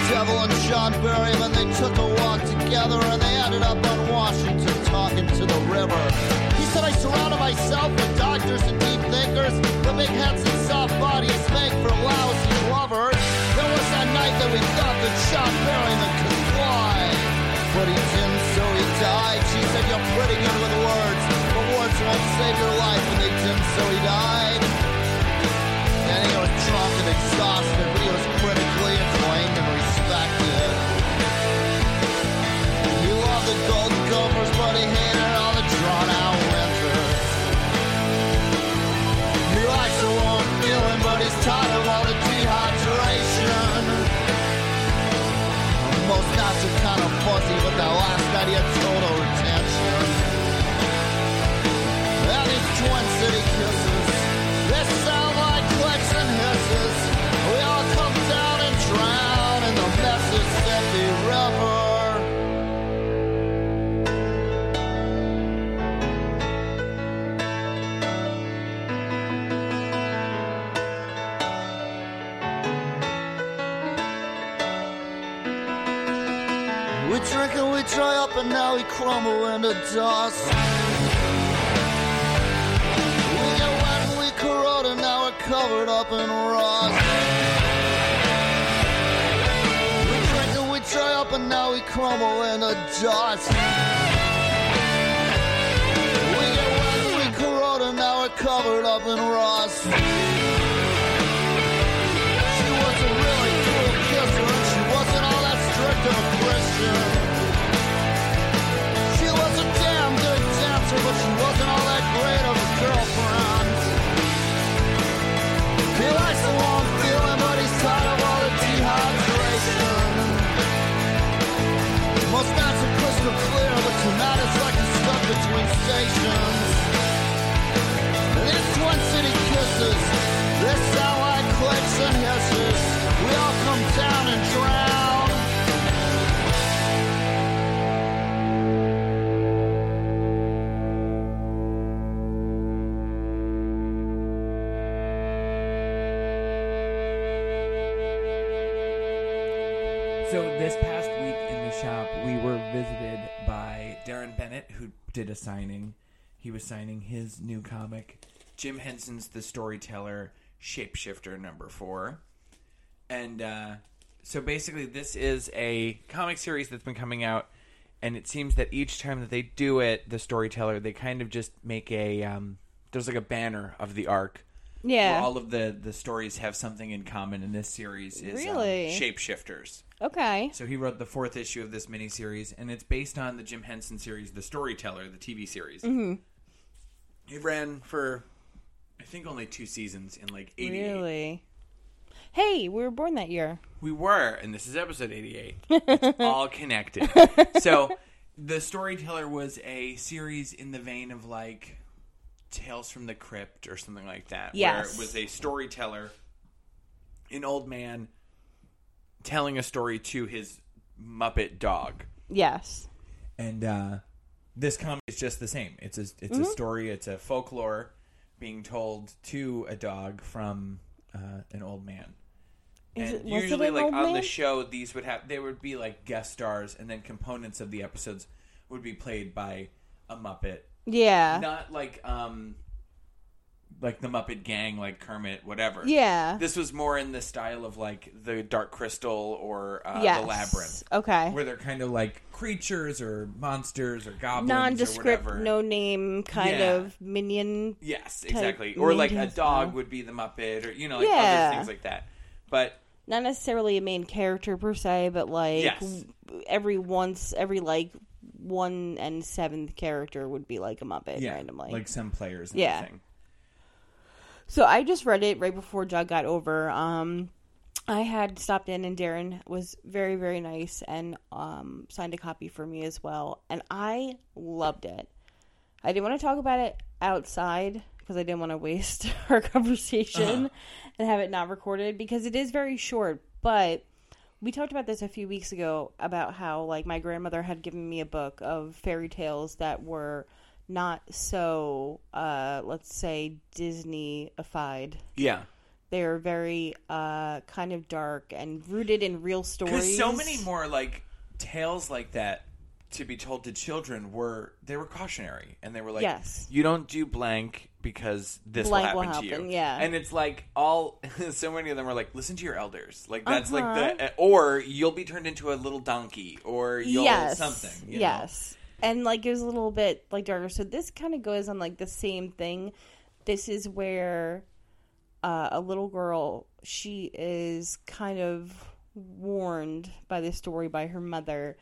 S5: Devil and John Berryman, they took a walk together and they ended up on Washington talking to the river. He said, I surrounded myself with doctors and deep thinkers. The big heads and soft bodies make for lousy lovers. There was that night that we thought that John Berryman could fly. But he didn't, so he died. She said, You're pretty good with words, but words won't save your life. And they didn't, so he died. And he was drunk and exhausted, but he was critically acclaimed and respected. He loved the Golden Gophers, but he hated all the drawn out winters. He likes the warm feeling, but he's tired of all the dehydration. Most nights are kind of fuzzy, but that last night he had total retention. And these twin city kisses, they sound like clicks and hisses. We all come down and drown in the Mississippi River. We drink and we dry up and now we crumble into dust. We get wet and we corrode and now we're covered up in rust. We drink and we dry up but now we crumble into dust. We get wet, we corrode, and now we're covered up in rust. She was a really cool kisser, and she wasn't all that strict of a Christian. She was a damn good dancer, but she wasn't all that great of a girlfriend. He likes the warm feeling, but he's tired of all the dehydration. Most nights are crystal clear, but tonight it's like he's stuck between stations. This one city kisses, this sound like clicks and hisses. We all come down and drown.
S1: So this past week in the shop, we were visited by Darren Bennett, who did a signing. He was signing his new comic, Jim Henson's The Storyteller, Shapeshifter number four. And uh, so basically, this is a comic series that's been coming out, and it seems that each time that they do it, The Storyteller, they kind of just make a um, there's like a banner of the arc where
S2: Yeah.
S1: all of the the stories have something in common in this series is
S2: Really?
S1: um, shapeshifters.
S2: okay.
S1: So he wrote the fourth issue of this miniseries, and it's based on the Jim Henson series, The Storyteller, the TV series. Mm-hmm. It ran for, I think, only two seasons in like '88.
S2: Really. Hey, we were born that year.
S1: We were, and this is episode
S2: *laughs*
S1: 88. It's all connected. So, The Storyteller was a series in the vein of like Tales from the Crypt or something like that. Where
S2: Yes.
S1: it was a storyteller, an old man, telling a story to his Muppet dog.
S2: Yes.
S1: And uh, this comic is just the same. It's a, it's
S2: Mm-hmm.
S1: a story, it's a folklore being told to a dog from uh, an old man.
S2: Is it-
S1: And
S2: was it
S1: usually,
S2: an
S1: like
S2: old
S1: on the
S2: man?
S1: show, these would have they would be like guest stars, and then components of the episodes would be played by a Muppet,
S2: Yeah.
S1: not like um, like the Muppet Gang, like Kermit, whatever.
S2: yeah.
S1: this was more in the style of like the Dark Crystal or uh,
S2: yes.
S1: the Labyrinth,
S2: Okay.
S1: where they're kind of like creatures or monsters or goblins or
S2: Nondescript,
S1: whatever.
S2: no name kind
S1: Yeah.
S2: of minion.
S1: yes, exactly. Or like a
S2: ninjas,
S1: dog
S2: no.
S1: would be the Muppet, or you know, like
S2: Yeah.
S1: other things like that. But
S2: Not necessarily a main character per se, but like
S1: Yes.
S2: w- every once, every like one and seventh character would be like a Muppet randomly.
S1: Like some players. And
S2: Yeah.
S1: Everything.
S2: So I just read it right before Jug got over. Um, I had stopped in, and Darren was very, very nice and um, signed a copy for me as well. And I loved it. I didn't want to talk about it outside because I didn't want to waste *laughs* our conversation and have it not recorded because it is very short. But we talked about this a few weeks ago about how, like, my grandmother had given me a book of fairy tales that were not so, uh, let's say, Disneyified.
S1: Yeah.
S2: They are very uh, kind of dark and rooted in real
S1: Because
S2: stories.
S1: so many more like tales like that to be told to children were they were cautionary and they were like
S2: Yes.
S1: you don't do blank because this will
S2: Blank will
S1: happen, to
S2: happen,
S1: you
S2: yeah.
S1: and it's like all *laughs* so many of them were like listen to your elders like that's
S2: Uh-huh.
S1: like the eh, or you'll be turned into a little donkey or you'll
S2: yes,
S1: something you know?
S2: yes, and like it was a little bit like darker. So this kind of goes on like the same thing. This is where uh, a little girl she is kind of warned by this story by her mother,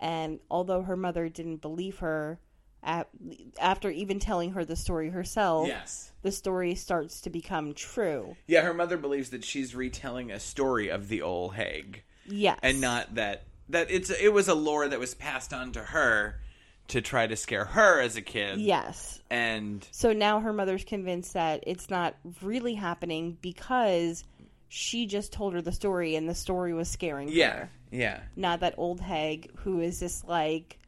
S2: and although her mother didn't believe her. At, after even telling her the story herself,
S1: yes
S2: the story starts to become true.
S1: yeah her mother believes that she's retelling a story of the old hag
S2: Yes,
S1: and not that that it's it was a lore that was passed on to her to try to scare her as a kid.
S2: yes.
S1: And
S2: So now her mother's convinced that it's not really happening because she just told her the story and the story was scaring
S1: yeah,
S2: her.
S1: yeah.
S2: Not that old hag who is this like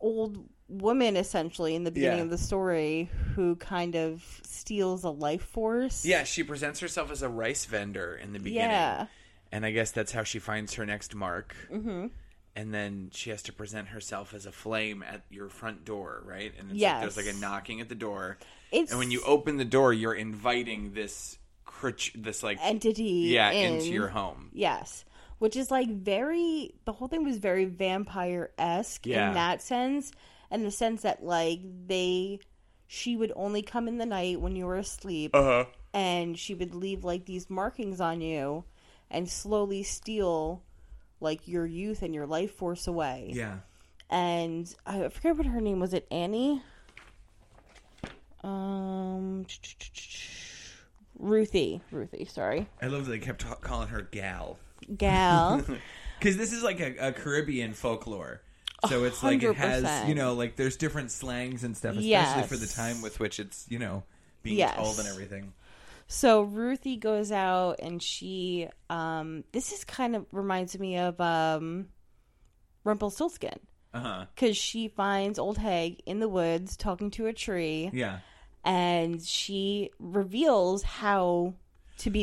S2: old woman essentially in the beginning
S1: Yeah.
S2: of the story who kind of steals a life force.
S1: Yeah, she presents herself as a rice vendor in the beginning.
S2: Yeah.
S1: And I guess that's how she finds her next mark. Mm-hmm. And then she has to present herself as a flame at your front door, right? And it's like there's
S2: Yes.
S1: like a knocking at the door.
S2: It's
S1: And when you open the door, you're inviting this crit- this like
S2: entity
S1: yeah,
S2: in.
S1: into your home.
S2: Yes. which is like very the whole thing was very vampire esque
S1: Yeah.
S2: in that sense, and the sense that like they she would only come in the night when you were asleep,
S1: Uh-huh.
S2: and she would leave like these markings on you, and slowly steal like your youth and your life force away
S1: Yeah.
S2: and I forget what her name was. It Annie, um, Ruthie, Ruthie. Sorry,
S1: I love that they kept ta- calling her gal. *laughs*
S2: gal.
S1: Because this is like a, a Caribbean folklore. So it's like it has,
S2: 100%.
S1: you know, like there's different slangs and stuff, especially
S2: Yes.
S1: for the time with which it's, you know, being
S2: Yes.
S1: told and everything.
S2: so Ruthie goes out, and she, um, this is kind of reminds me of um, Rumpelstiltskin
S1: Uh huh.
S2: because she finds old hag in the woods talking to a tree,
S1: Yeah.
S2: and she reveals how to be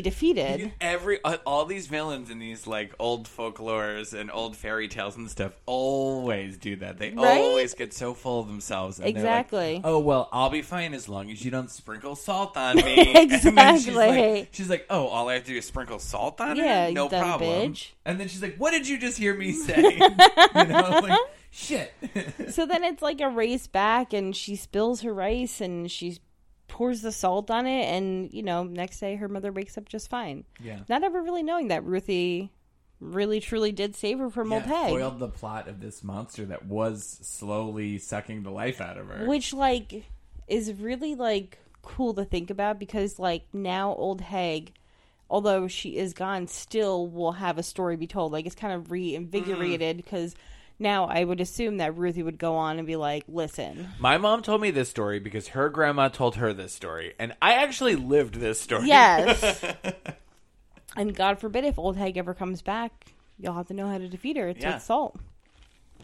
S1: *laughs*
S2: defeated.
S1: You- Every uh, all these villains in these like old folklores and old fairy tales and stuff always do that. They
S2: Right?
S1: always get so full of themselves. And they're like,
S2: Exactly.
S1: oh well, I'll be fine as long as you don't sprinkle salt
S2: *laughs*
S1: on me. And then she's
S2: Exactly.
S1: like, she's like, oh, all I have to do is sprinkle salt on
S2: Yeah,
S1: her.
S2: you
S1: No
S2: dumb
S1: problem.
S2: bitch.
S1: And then she's like, what did you just hear me
S2: *laughs*
S1: say? *laughs* you know, like shit. *laughs*
S2: So then it's like a race back, and she spills her rice and she pours the salt on it, and you know, next day her mother wakes up just fine.
S1: Yeah.
S2: Not ever really knowing that Ruthie really truly did save her from old
S1: Yeah,
S2: hag.
S1: foiled the plot of this monster that was slowly sucking the life out of her.
S2: Which, like, is really, like, cool to think about because, like, now old hag. Although she is gone, still will have a story be told. Like it's kind of reinvigorated because now I would assume that Ruthie would go on and be like, "Listen,
S1: My mom told me this story because her grandma told her this story, and I actually lived this story.
S2: Yes. and God forbid if Old Hag ever comes back, you'll have to know how to defeat her. It's
S1: Yeah.
S2: with salt.
S1: *laughs*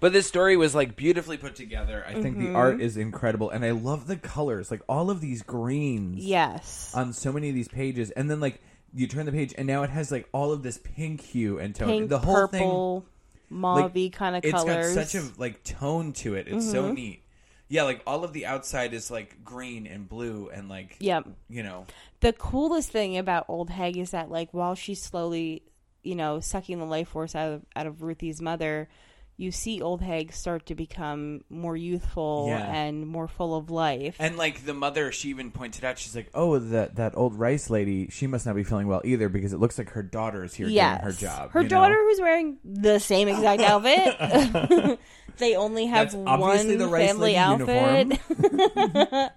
S1: But this story was like beautifully put together. I think the
S2: Mm-hmm.
S1: art is incredible, and I love the colors, like all of these greens
S2: Yes.
S1: on so many of these pages, and then like you turn the page, and now it has like all of this pink hue and tone.
S2: Pink,
S1: the whole thing
S2: purple, mauvey
S1: like,
S2: kind of
S1: it's
S2: colors. Mm-hmm.
S1: got such a like tone to it. It's so neat. Yeah, like all of the outside is like green and blue, and like
S2: Yep.
S1: you know,
S2: The coolest thing about Old Hag is that, like, while she's slowly, you know, sucking the life force out of, out of Ruthie's mother, you see Old Hag start to become more youthful
S1: Yeah.
S2: and more full of life.
S1: And like the mother, she even pointed out, she's like, "Oh, that that old rice lady, she must not be feeling well either, because it looks like her daughter is here
S2: yes.
S1: doing her job.
S2: Her
S1: you know?
S2: daughter who's wearing the same
S1: *laughs*
S2: exact outfit. *laughs* they only have
S1: That's obviously
S2: one
S1: the Rice
S2: family
S1: Lady
S2: outfit.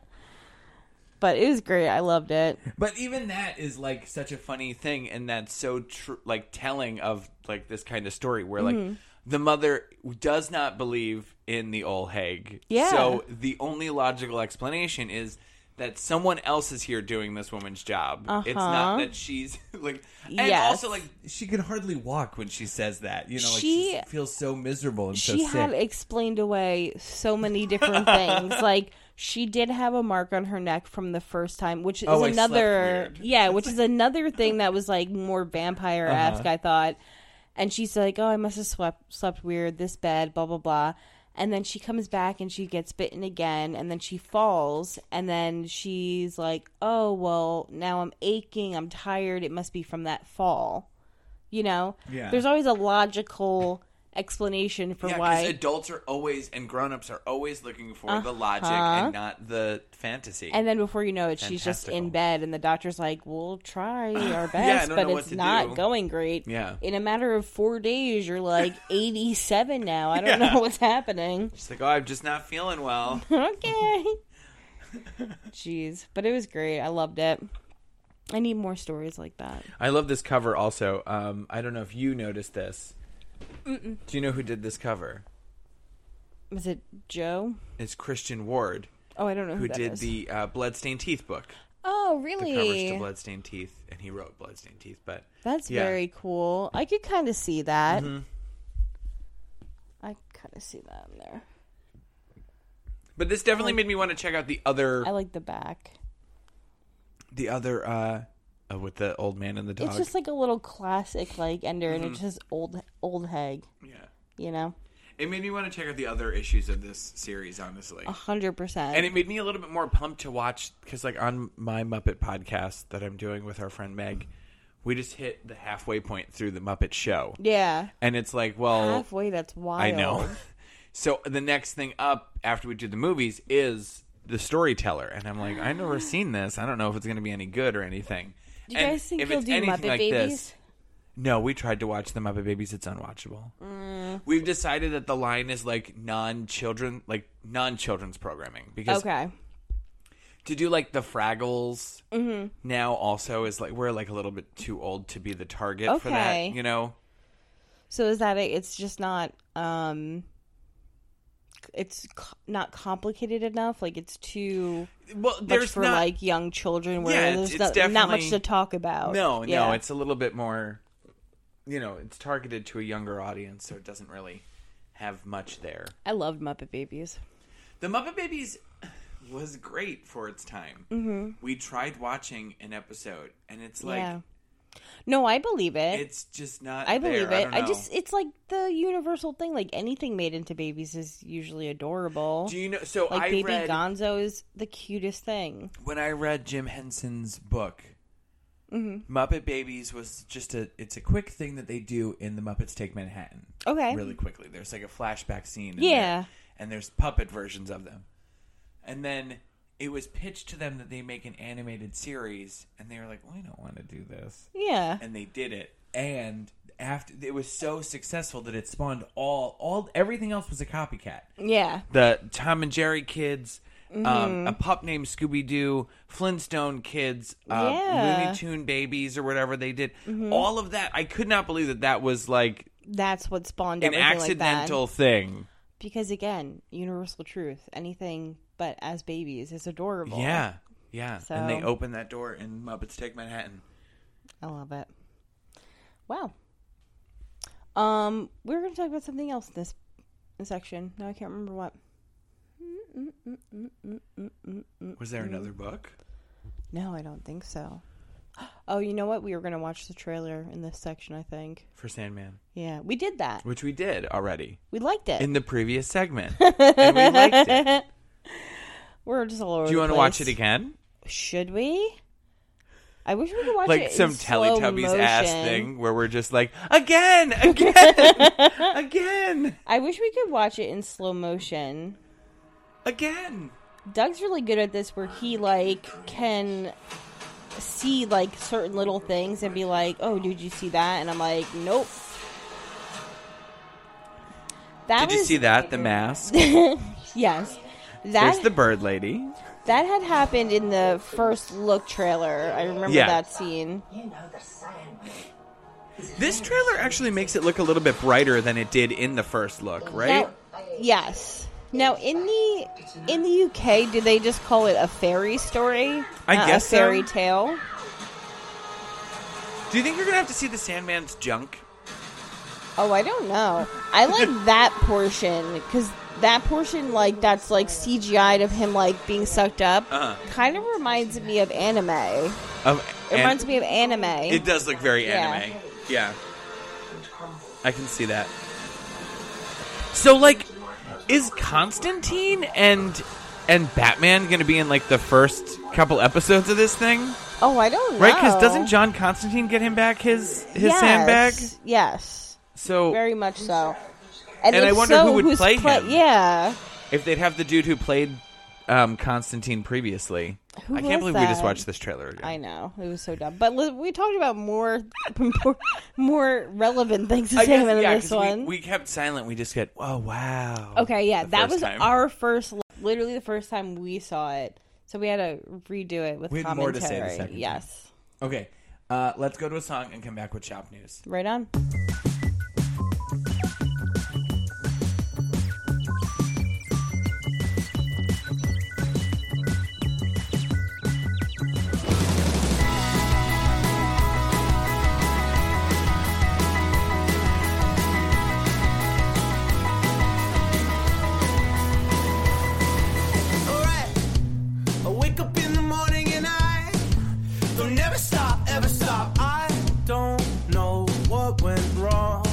S2: *laughs* but it was great. I loved it.
S1: But even that is like such a funny thing, and that's so tr- like telling of like this kind of story where
S2: Mm-hmm.
S1: like the mother does not believe in the old hag.
S2: Yeah.
S1: So the only logical explanation is. That someone else is here doing this woman's job. It's
S2: Uh-huh.
S1: not that she's *laughs* like, and
S2: Yes.
S1: also like she can hardly walk when she says that. You know, like
S2: She-
S1: she, feels so miserable and so
S2: She
S1: sick.
S2: had explained away so many
S1: *laughs*
S2: different things. Like she did have a mark on her neck from the first time, which is
S1: Oh, I slept
S2: another
S1: weird.
S2: yeah, which is another thing that was like more vampire esque.
S1: Uh-huh.
S2: I thought, and she's like, "Oh, I must have slept slept weird. This bed, blah blah blah." And then she comes back and she gets bitten again, and then she falls, and then she's like, "Oh well, now I'm aching. I'm tired. It must be from that fall." You know,
S1: Yeah.
S2: there's always a logical explanation for
S1: Yeah,
S2: why
S1: because adults are always and grown-ups are always looking for the logic
S2: Uh-huh.
S1: and not the fantasy.
S2: And then before you know it, she's just in
S1: Fantastical.
S2: bed, and the doctor's like, "We'll try
S1: *sighs*
S2: our
S1: I
S2: best,
S1: don't
S2: but
S1: know what
S2: it's
S1: to
S2: not
S1: do."
S2: going great."
S1: Yeah.
S2: In a matter of four days, you're like
S1: *laughs*
S2: 87 now. I don't know *laughs* what's happening.
S1: She's like, "Oh, I'm just not feeling well."
S2: okay. Jeez, but it was great. I loved it. I need more stories like that.
S1: *laughs* I love this cover. Also, um, I don't know if you noticed this. Do you know who did this cover?
S2: Was it Joe?
S1: It's Christian Ward,
S2: Oh, I don't know who,
S1: who
S2: that
S1: did
S2: is.
S1: the uh, Bloodstained Teeth book.
S2: Oh,
S1: The covers
S2: really?
S1: to Bloodstained Teeth, and he wrote Bloodstained Teeth. But
S2: That's
S1: Yeah. Mm-hmm.
S2: very cool. I could kind of see that. I kind of see that in there.
S1: but this definitely
S2: Oh.
S1: made me want to check out the other
S2: I like the back.
S1: the other uh, uh, with the old man and the dog. Mm-hmm.
S2: It's just like a little classic like ender, and it's just old old hag,
S1: yeah.
S2: you know,
S1: It made me want to check out the other issues of this series, honestly.
S2: a hundred percent.
S1: and it made me a little bit more pumped to watch because like on my muppet podcast that i'm doing with our friend meg we just hit the halfway point through the Muppet Show,
S2: Yeah.
S1: and it's like, well,
S2: Halfway, that's wild.
S1: Oh. I know. *laughs* So the next thing up after we do the movies is the storyteller, and I'm like, I've never seen this. I don't know if it's going to be any good or anything.
S2: Do you guys think he'll do Muppet Babies?
S1: no, we tried to watch the Muppet Babies. It's unwatchable.
S2: Mm.
S1: We've decided that the line is like non-children, like non-children's programming because
S2: Okay.
S1: to do like the Fraggles
S2: Mm-hmm.
S1: now also is like we're like a little bit too old to be the target for that.
S2: Okay.
S1: You know,
S2: So is that it? It's just not. um it's co- not complicated enough. Like it's too
S1: well,
S2: much
S1: there's
S2: for
S1: not
S2: like young children, where
S1: Yeah,
S2: there's
S1: it's-
S2: not,
S1: it's
S2: not
S1: definitely-
S2: much to talk about.
S1: No,
S2: Yeah.
S1: no, it's a little bit more. You know, it's targeted to a younger audience, so it doesn't really have much there.
S2: I loved Muppet Babies.
S1: The Muppet Babies was great for its time. Mm-hmm. We tried watching an episode, and it's like
S2: yeah. No, I believe it.
S1: it's just not.
S2: I
S1: there.
S2: believe it.
S1: don't
S2: I,
S1: know.
S2: just it's like the universal thing. Like anything made into babies is usually adorable.
S1: do you know? So
S2: like
S1: I
S2: baby
S1: read
S2: Gonzo is the cutest thing.
S1: when I read Jim Henson's book.
S2: Mm-hmm.
S1: Muppet Babies was just a it's a quick thing that they do in the Muppets Take Manhattan.
S2: Okay.
S1: really quickly. There's like a flashback scene. in
S2: Yeah.
S1: there, and there's puppet versions of them. And then it was pitched to them that they make an animated series, and they were like, "We don't want to do
S2: *laughs*
S1: this,"
S2: Yeah.
S1: and they did it. And after it was so successful that it spawned all all everything else was a copycat.
S2: Yeah.
S1: The Tom and Jerry kids.
S2: Mm-hmm.
S1: Um, a pup named Scooby Doo, Flintstone kids, uh,
S2: Yeah. Mm-hmm.
S1: Looney Tune babies, or whatever they did. All of that, I could not believe that that was like
S2: That's what spawned
S1: an
S2: everything like that.
S1: accidental thing.
S2: Because again, universal truth. Anything but as babies is adorable.
S1: Yeah, yeah. And they
S2: So-
S1: open that door in Muppets Take Manhattan.
S2: I love it. Wow. Um, we were going to talk about something else in this section. No, I can't remember what.
S1: Was there another
S2: Mm-hmm.
S1: book?
S2: No, I don't think so. *gasps* Oh, you know what? We were going to watch the trailer in this section, I think.
S1: For Sandman.
S2: Yeah, we did that.
S1: Which we did already
S2: We liked it.
S1: in the previous segment. and we liked
S2: *laughs*
S1: it.
S2: we're just all over
S1: Do you
S2: want to
S1: watch it again?
S2: Should we? I wish we could watch it
S1: Like
S2: in
S1: some
S2: slow
S1: Teletubbies ass
S2: motion.
S1: thing where we're just like, again, *laughs*
S2: *laughs*
S1: again, again,
S2: I wish we could watch it in slow motion.
S1: again.
S2: Doug's really good at this where he like can see like certain little things and be like, "Oh, did you see that?" and I'm like, "Nope." That
S1: Did you
S2: was-
S1: see that? The
S2: *laughs*
S1: mask.
S2: Yes.
S1: There's
S2: That
S1: the bird lady.
S2: that had happened in the first look trailer. I remember
S1: Yeah.
S2: that scene.
S3: You know the Sandman.
S1: This trailer actually makes it look a little bit brighter than it did in the first look, right?
S2: Now, yes. Now in the in the UK, do they just call it a fairy story?
S1: I
S2: Not
S1: guess
S2: a
S1: so.
S2: fairy tale.
S1: Do you think you're gonna have to see the Sandman's junk?
S2: Oh, I don't know.
S1: *laughs*
S2: I like that portion because that portion, like that's like CGI'd of him like being sucked up,
S1: Uh-huh.
S2: kind of reminds me of anime. It
S1: Of, and-
S2: reminds me of anime.
S1: It does look very
S2: Yeah.
S1: anime. Yeah. I can see that. So like is Constantine and and Batman going to be in like the first couple episodes of this thing?
S2: oh, I don't know.
S1: Right? Cuz doesn't John Constantine get him back his his sandbag?
S2: Yes,
S1: So
S2: very much so. And,
S1: And I
S2: if
S1: wonder
S2: so,
S1: who would
S2: who's
S1: play
S2: pla-
S1: him.
S2: Yeah,
S1: if they'd have the dude who played um, Constantine previously.
S2: Who
S1: I can't
S2: was
S1: believe we just
S2: that?
S1: watched this trailer again.
S2: I know it was so dumb, but li- we talked about more *laughs* more, more relevant things to
S1: I
S2: say
S1: guess,
S2: than
S1: yeah,
S2: this
S1: 'cause we-
S2: one.
S1: We, kept silent. We just get, oh wow.
S2: Okay, yeah,
S1: the
S2: that
S1: first
S2: was
S1: time.
S2: our first, literally the first time we saw it. So we had to redo it with
S1: We had more
S2: commentary.
S1: to say the second time.
S2: yes,
S1: Okay, uh, let's go to a song and come back with shop news.
S2: right on.
S6: Alright. I wake up in the morning and I don't never stop, ever stop. I don't know what went wrong.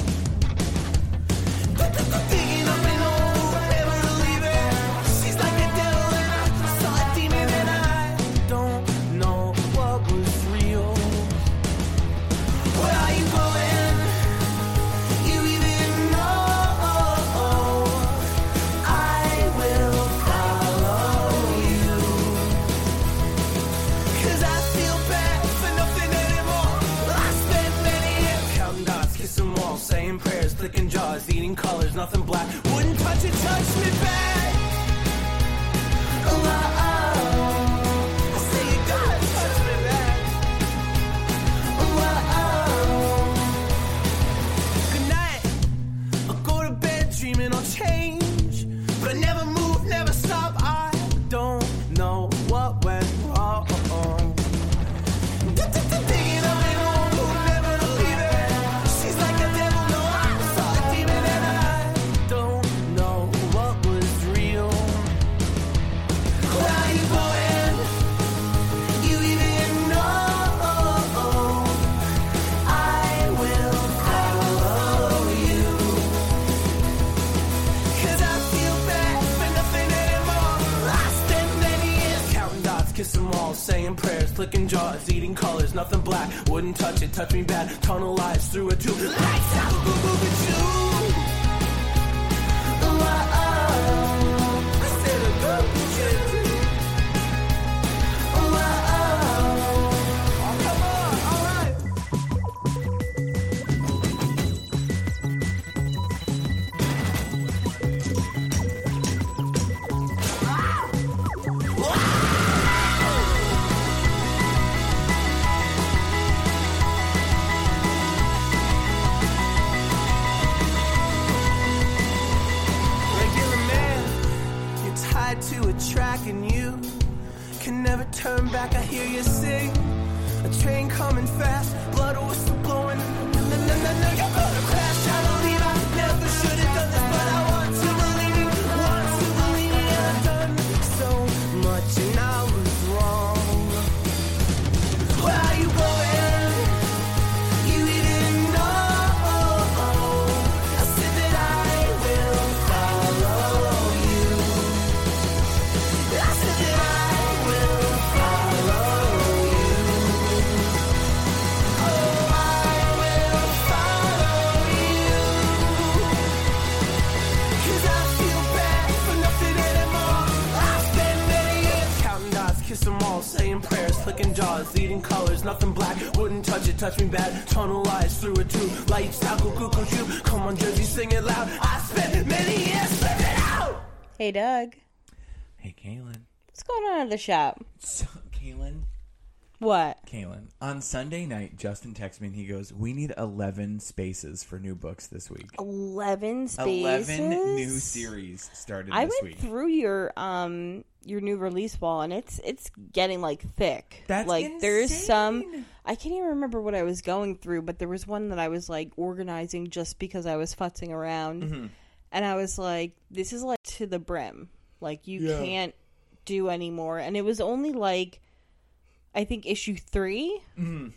S6: stars, eating colors, nothing black. Wouldn't touch it, touch me back. Oh, oh, oh. I say you gotta touch me back. Oh, oh, oh. Good night. I'll go to bed dreaming I'll change. But I never move, never stop. I don't know what went wrong. Digging on and on, who never to leave her. She's like a devil, no, I saw a demon and I don't know what was real. Where are you going? You even know I will follow you. Cause I feel bad for nothing anymore. I spent many years counting dots, kissing walls, saying prayers, flicking jaws, eating colors, nothing black. Wouldn't touch it, touch me bad. Tunnel lights through a tube. Lights out, boo boo boo choo. Ooh, ah, ah. I said, boo boo choo choo. Ooh, ah, ah. Oh, come on, all right. regular man you're tied to a track and you can never turn back i hear you sing a train coming fast blood whistle blowing no, no, no, no, no, you're gonna crash i believe i never should have done this but i want to believe it want to believe it and i've done so much and i was wrong where are you going you even know I said that I will follow you. I said that I will follow you. Oh, I will follow you. 'Cause I feel bad for nothing anymore. I spent many years counting dots, kissing walls, saying prayers, flicking jaws, eating colors, nothing black. Wouldn't touch it, touch me bad. Tunnel eyes through a tube. Lights out, go, go, go, shoot. Come on, Jersey, sing it loud. I spent many years slipping out.
S2: Hey, Doug.
S1: Hey, Kaylin.
S2: What's going on at the shop?
S1: So, Kaylin.
S2: What?
S1: Kaylin. On Sunday night, Justin texts me and he goes, We need 11 spaces for new books this week.
S2: 11 spaces?
S1: 11 new series started
S2: I
S1: this
S2: went
S1: week.
S2: through your um your new release wall and it's it's getting like thick.
S1: That's
S2: like there's some
S1: insane.
S2: I can't even remember what I was going through, but there was one that I was like organizing just because I was futzing around.
S1: Mm-hmm.
S2: And I was like this is like to the brim. Like you can't do anymore and it was only like I think issue 3
S1: Mm-hmm.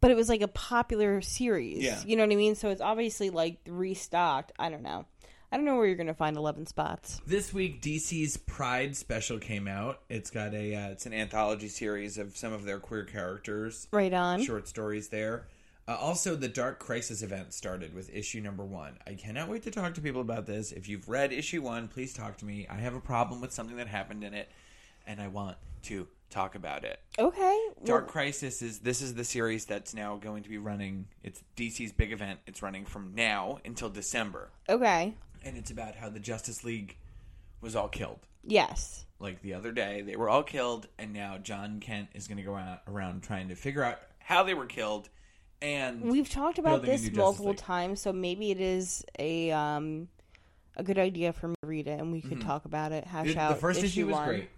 S2: but it was like a popular series.
S1: Yeah.
S2: You know what I mean? So it's obviously like restocked. I don't know. I don't know where you're going to find 11 spots.
S1: This week, DC's Pride special came out. It's got a uh, it's an anthology series of some of their queer characters,
S2: Right on.
S1: short stories there. Uh, also, the Dark Crisis event started with issue number one. I cannot wait to talk to people about this. If you've read issue one, please talk to me. I have a problem with something that happened in it, and I want to talk about it.
S2: Okay.
S1: Dark Crisis is this is the series that's now going to be running. It's DC's big event. It's running from now until December,
S2: Well, okay.
S1: and it's about how the Justice League was all killed.
S2: Yes.
S1: Like the other day, they were all killed, and now John Kent is going to go out around trying to figure out how they were killed. And
S2: We've talked about
S1: building a
S2: this
S1: new Justice
S2: multiple
S1: League.
S2: times, so maybe it is a um a good idea for me to read it and we could talk about it. Hash
S1: Mm-hmm. The-
S2: out
S1: the first issue, was
S2: one.
S1: great.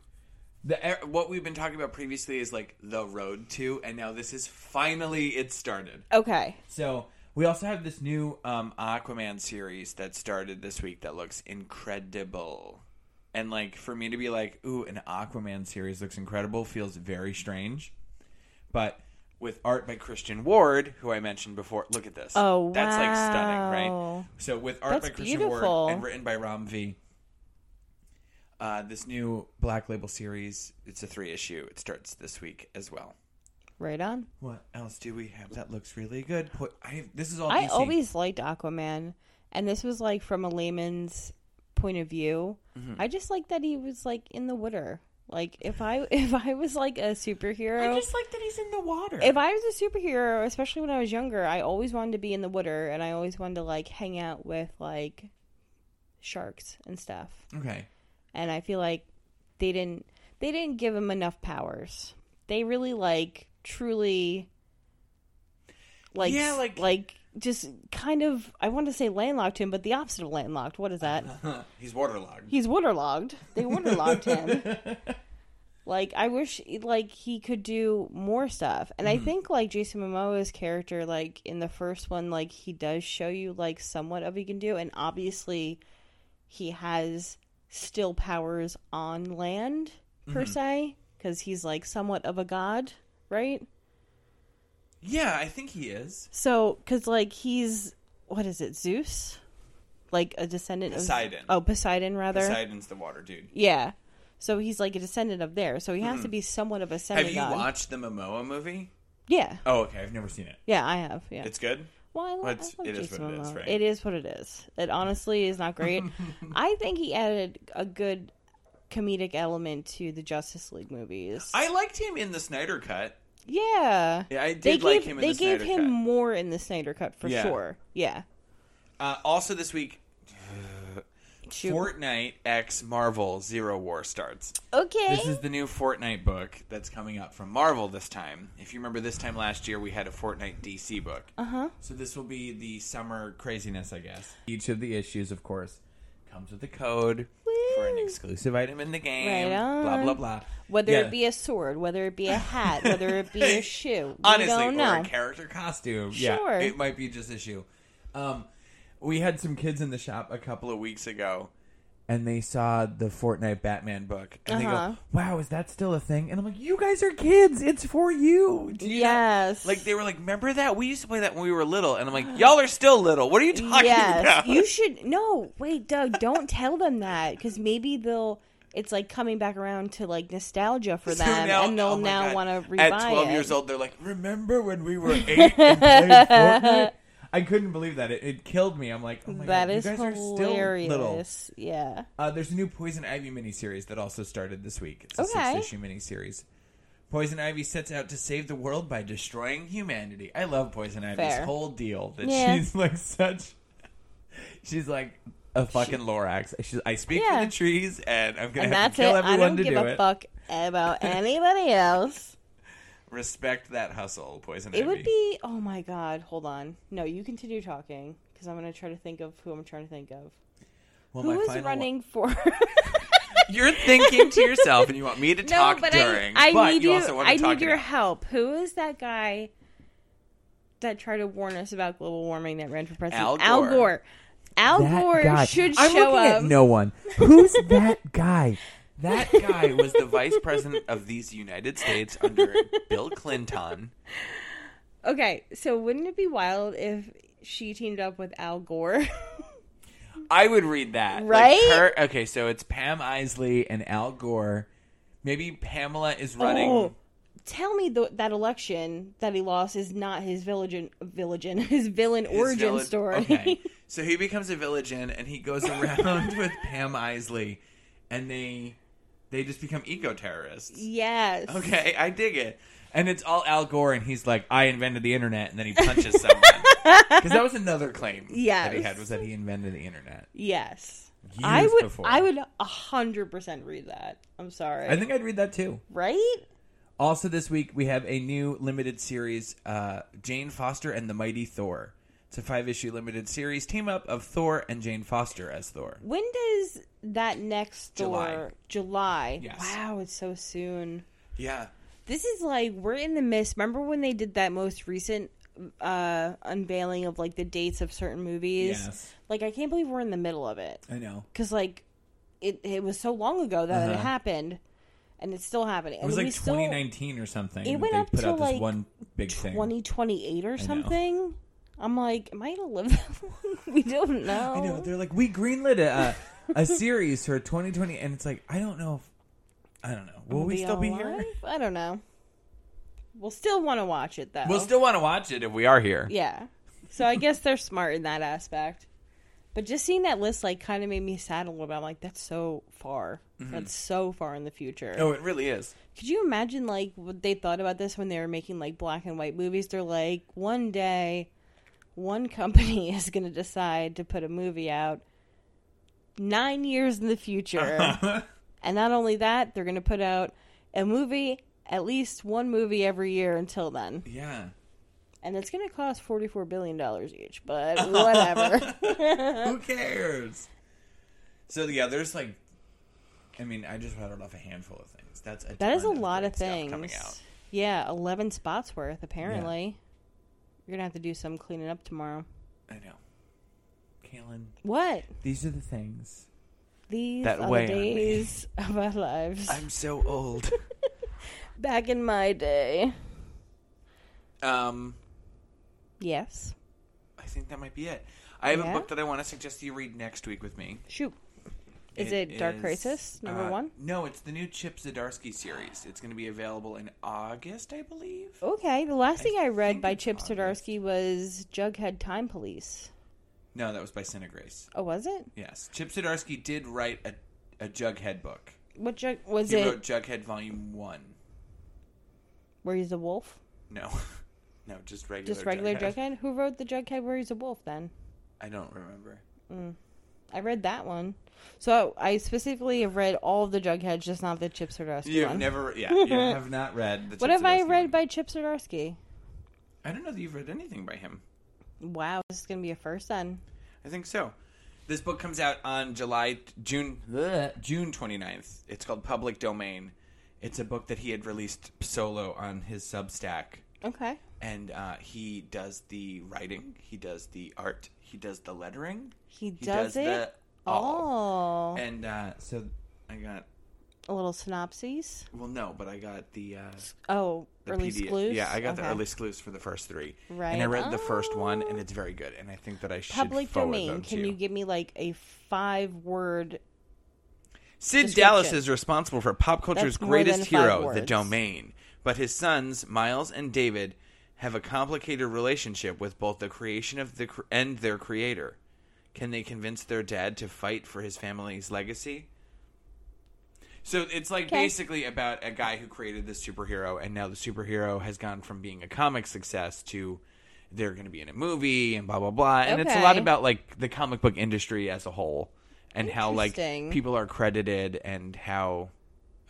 S1: The er, what we've been talking about previously is like the road to, and now this is finally it started.
S2: Okay.
S1: So we also have this new um, Aquaman series that started this week that looks incredible. And like for me to be like, ooh, an Aquaman series looks incredible feels very strange. But with art by Christian Ward, who I mentioned before, look at this.
S2: Oh,
S1: That's like stunning, right?
S2: wow.
S1: So with art
S2: That's
S1: by Christian
S2: beautiful.
S1: Ward and written by Ram V. Uh, this new Black Label series, it's a three issue. It starts this week as well.
S2: Right on.
S1: What else do we have that looks really good? Po- I, this is all
S2: I
S1: DC.
S2: always liked Aquaman, and this was
S1: Mm-hmm.
S2: like from a layman's point of view. I just like that he was like in the water. Like if I *laughs* if I was like a superhero,
S1: I just like that he's in the water.
S2: if I was a superhero, especially when I was younger, I always wanted to be in the water and I always wanted to like hang out with like sharks and stuff.
S1: okay.
S2: And I feel like they didn't they didn't give him enough powers. They really like truly like
S1: Yeah,
S2: s-
S1: like-
S2: like just kind of I want to say landlocked him, but the opposite of landlocked. What is that?
S1: He's waterlogged.
S2: He's waterlogged. They waterlogged him. Like I wish like he could do more stuff. And I think like Jason Momoa's character like in the first one like he does show you like somewhat of what he can do and obviously he has still powers on land per se cuz he's like somewhat of a god, right?
S1: yeah, I think he is.
S2: So, because like he's what is it, Zeus, like a descendant
S1: Poseidon.
S2: of Oh, Poseidon rather.
S1: Poseidon's the water dude.
S2: Yeah, so he's like a descendant of there. So he has to be somewhat of a
S1: Hmm. Have
S2: semigod.
S1: you watched the Momoa movie?
S2: Yeah,
S1: Oh, okay. I've never seen it.
S2: yeah, I have. Yeah,
S1: It's good.
S2: well, I, li- I
S1: it's-
S2: love
S1: it is
S2: Jason
S1: what it is,
S2: Momoa.
S1: right?
S2: It is what it is. It honestly is not
S1: *laughs*
S2: great. I think he added a good comedic element to the Justice League movies.
S1: I liked him in the Snyder cut.
S2: yeah.
S1: Yeah, I did
S2: They gave,
S1: like him in
S2: they
S1: the
S2: gave
S1: Snyder
S2: him
S1: cut.
S2: more in the Snyder Cut for
S1: Yeah.
S2: sure. Yeah.
S1: Uh, also this week,
S2: Shoot.
S1: Fortnite X Marvel Zero War starts.
S2: okay.
S1: This is the new Fortnite book that's coming up from Marvel this time. If you remember this time last year, we had a Fortnite DC book. Uh
S2: Uh-huh.
S1: huh. So this will be the summer craziness, I guess. Each of the issues, of course, comes with a code for an exclusive item in the game.
S2: Right on.
S1: Blah, blah, blah.
S2: whether
S1: Yeah.
S2: it be a sword, whether it be a hat, whether it
S1: *laughs*
S2: be a shoe.
S1: honestly,
S2: we don't
S1: or
S2: know.
S1: a character costume.
S2: Sure.
S1: Yeah, it might be just issue. Um, we had some kids in the shop a couple of weeks ago, and they saw the Fortnite Batman book, and
S2: Uh-huh.
S1: they go, "Wow, is that still a thing?" And I'm like, "You guys are kids. It's for you." Do you not-"
S2: Yes.
S1: Like they were like, "Remember that? We used to play that when we were little." And I'm like, "Y'all are still little. What are you talking
S2: yes,
S1: about?"
S2: you should. No, wait, Doug, don't tell them that because maybe they'll. It's like coming back around to like nostalgia for
S1: So
S2: them,
S1: now-
S2: and they'll
S1: oh my
S2: now
S1: God.
S2: want to rebuy
S1: At 12
S2: it.
S1: years old, they're like, remember when we
S2: *laughs*
S1: were eight and played Fortnite? I couldn't believe that. It, it killed me. I'm like, oh my
S2: That
S1: God,
S2: is
S1: you guys are still little.
S2: hilarious. Yeah.
S1: Uh, there's a new Poison Ivy miniseries that also started this week. It's a
S2: Okay.
S1: six-issue miniseries. Poison Ivy sets out to save the world by destroying humanity. I love Poison Ivy's
S2: Fair.
S1: whole deal that
S2: Yeah.
S1: she's *laughs* like such. She's like a fucking Lorax. She's, I speak
S2: Yeah.
S1: for the trees, and I'm gonna
S2: And
S1: have
S2: that's
S1: to kill
S2: it. I
S1: everyone
S2: don't
S1: to
S2: give
S1: do
S2: a
S1: it.
S2: fuck
S1: *laughs*
S2: about anybody else.
S1: Respect that hustle, Poison Ivy.
S2: It would be. Oh my god. Hold on. No, you continue talking because I'm gonna try to think of who I'm trying to think of.
S1: well,
S2: Who
S1: Oh, my
S2: is
S1: final one-
S2: running for?
S1: *laughs* You're thinking to yourself, and you want
S2: *laughs*
S1: me to talk during,
S2: I, I
S1: but
S2: need
S1: you
S2: you.
S1: also want to
S2: I
S1: talk
S2: need your
S1: about-
S2: help. Who is that guy that tried to warn us about global warming that ran for president?
S1: Al
S2: Al
S1: Gore.
S2: Gore. Al Gore should
S1: I'm
S2: show
S1: looking
S2: up.
S1: at no one.
S2: *laughs*
S1: Who's that guy? That guy was the vice president of these United States under Bill Clinton.
S2: Okay, so wouldn't it be wild if she teamed up with Al Gore? *laughs*
S1: I would read that, Like,
S2: Right?
S1: her- okay, so it's Pam Isley and Al Gore. Maybe Pamela is running.
S2: Oh. Tell me th- that election that he lost is not his villain, villain, *laughs* his villain
S1: his
S2: origin
S1: village-
S2: story. *laughs*
S1: Okay. So he becomes a villain and he goes around with Pam Isley, and they they just become eco terrorists.
S2: yes.
S1: Okay, I dig it. And it's all Al Gore, and he's like, "I invented the internet," and then he punches
S2: *laughs*
S1: someone because that was another claim that he
S2: Yes.
S1: had was that he invented the internet.
S2: Yes.
S1: Years
S2: I would.
S1: before.
S2: I would hundred percent read that. I'm sorry.
S1: I think I'd read that too.
S2: right?
S1: Also, this week we have a new limited series, uh, Jane Foster and the Mighty Thor. It's a five-issue limited series team up of Thor and Jane Foster as Thor.
S2: When does that next
S1: July.
S2: door July?
S1: Yes.
S2: Wow, it's so soon.
S1: Yeah,
S2: This is like we're in the midst. Remember when they did that most recent uh unveiling of like the dates of certain movies?
S1: Yes.
S2: Like I can't believe we're in the middle of it
S1: I know.
S2: because like it it was so long ago that it
S1: Uh-huh.
S2: happened, and it's still happening.
S1: It was like 2019 or something.
S2: It went
S1: they
S2: up
S1: put
S2: to,
S1: out this
S2: like,
S1: one big thing.
S2: twenty twenty eight or something. I'm like, am I gonna live *laughs* that long? we don't know.
S1: I know. They're like, we greenlit a, a,
S2: *laughs*
S1: a series for 2020, and it's like, I don't know if, I don't know. Will we
S2: Be
S1: still be
S2: alive?
S1: here?
S2: I don't know. We'll still want to watch it though.
S1: We'll still want to watch it if we are here.
S2: Yeah. So I guess they're smart in that aspect. But just seeing that list like kind of made me sad a little bit. I'm like, that's so far.
S1: Mm-hmm.
S2: That's so far in the future.
S1: Oh, it really is.
S2: Could you imagine like what they thought about this when they were making like black and white movies? They're like, one day, one company *laughs* is going to decide to put a movie out nine years in
S1: *laughs*
S2: the future, and not only that, they're going to put out a movie, at least one movie every year until then, *laughs*
S1: Yeah.
S2: and it's going to cost forty four billion dollars each.
S1: *laughs*
S2: But whatever.
S1: Who cares? So yeah, there's like, I mean, I just rattled off a handful of things. That's a
S2: That is a
S1: ton
S2: lot
S1: great
S2: of
S1: stuff
S2: things.
S1: coming out.
S2: Yeah, eleven spots worth apparently. You're gonna have to do some cleaning up tomorrow.
S1: I know, Kaylin.
S2: What?
S1: These are the things.
S2: These
S1: That
S2: are
S1: weigh
S2: the
S1: on me.
S2: days *laughs* of our lives.
S1: I'm so
S2: *laughs*
S1: old.
S2: Back in my day.
S1: um,
S2: Yes.
S1: I think that might be it. I have a
S2: Yeah?
S1: book that I want to suggest you read next week with me.
S2: Shoot. Is it, Dark Crisis number
S1: uh,
S2: one?
S1: No, it's the new Chip Zdarsky series. It's going to be available in August, I believe.
S2: Okay. The last thing I read
S1: think
S2: by
S1: it's
S2: Chip
S1: August.
S2: Zdarsky was Jughead Time Police.
S1: No, that was by Cinegrace.
S2: Oh, was it?
S1: Yes, Chip Zdarsky did write a, a Jughead book.
S2: What Jug was
S1: he
S2: it?
S1: wrote Jughead Volume One.
S2: Where he's a wolf?
S1: No, *laughs* no, just regular.
S2: Just regular
S1: Jughead.
S2: Jughead. Who wrote the Jughead where he's a wolf then?
S1: I don't remember.
S2: I read that one. So I specifically have read all of the Jugheads, just not the Chip Zdarsky
S1: You've
S2: one.
S1: never,
S2: *laughs*
S1: yeah, you have not read. The
S2: what
S1: Chip
S2: have I
S1: Zdarsky
S2: read
S1: one.
S2: by Chip Zdarsky?
S1: I don't know that you've read anything by him.
S2: Wow, this is gonna be a first then.
S1: I think so. This book comes out on July June bleh, June 29th. It's called Public Domain. It's a book that he had released solo on his Substack,
S2: Okay.
S1: and uh, he does the writing, he does the art, he does the lettering,
S2: He does it Oh,
S1: And uh, so I got
S2: a little synopses.
S1: well, no, but I got the. Uh,
S2: Oh,
S1: the
S2: early
S1: PD
S2: exclusive.
S1: Yeah, I got the
S2: Okay.
S1: early clues for the first three. And I
S2: Right. Oh.
S1: read the first one, and it's very good. And I think that I should
S2: Public
S1: forward
S2: domain.
S1: them
S2: Can
S1: to
S2: you give me like a five-word?
S1: Sid
S2: description?
S1: Dallas is responsible for pop culture's
S2: That's more than
S1: greatest
S2: five
S1: hero, the
S2: words.
S1: domain. But his sons, Miles and David, have a complicated relationship with both the creation of the cr- and their creator. Can they convince their dad to fight for his family's legacy? So it's like
S2: Okay.
S1: basically about a guy who created this superhero, and now the superhero has gone from being a comic success to they're going to be in a movie and blah blah blah. And it's a lot
S2: Okay.
S1: about like the comic book industry as a whole and how like
S2: Interesting.
S1: people are credited and how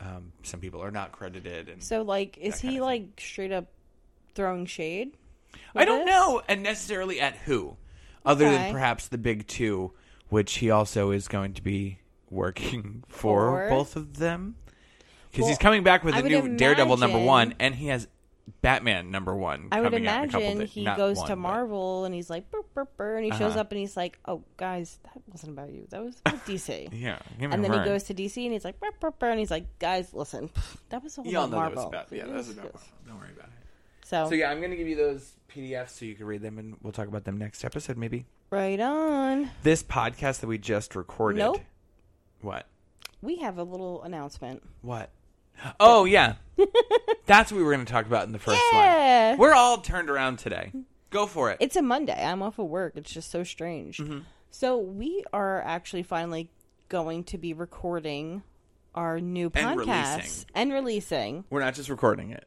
S1: um, some people are not credited. And
S2: So like, is
S1: kind
S2: he
S1: of thing.
S2: like straight up throwing shade?
S1: I don't
S2: this?
S1: know, and necessarily at who, other than
S2: Okay.
S1: perhaps the big two, which he also is going to be working *laughs* for,
S2: For?
S1: both of them, because
S2: Well,
S1: he's coming back with
S2: I
S1: a
S2: would
S1: new Daredevil number
S2: imagine-
S1: one, and he has Batman number one.
S2: I would
S1: coming out in a couple
S2: imagine
S1: days.
S2: he
S1: Not
S2: goes
S1: one,
S2: to
S1: but-
S2: Marvel and he's like, burp, burp, burp, and he shows
S1: Uh-huh.
S2: up and he's like, oh, guys, that wasn't about you. That was
S1: *laughs*
S2: about DC.
S1: Yeah, give me
S2: And
S1: a
S2: then he
S1: break.
S2: goes to DC and he's like, burp, burp, burp, and he's like, guys, listen, *laughs* that was all
S1: You all
S2: about
S1: know that was
S2: Marvel.
S1: about yeah, that was about.
S2: Yes.
S1: Marvel. Don't worry about it.
S2: So,
S1: So yeah, I'm gonna give you those PDFs so you can read them, and we'll talk about them next episode maybe.
S2: right on.
S1: This podcast that we just recorded.
S2: Nope.
S1: What?
S2: We have a little announcement.
S1: What? Oh yeah, *laughs* that's what we were gonna talk about in the first
S2: Yeah.
S1: one. We're all turned around today. Go for it.
S2: It's a Monday. I'm off of work. It's just so strange.
S1: Mm-hmm.
S2: So we are actually finally going to be recording our new
S1: And
S2: podcast
S1: releasing.
S2: and releasing.
S1: we're not just recording it.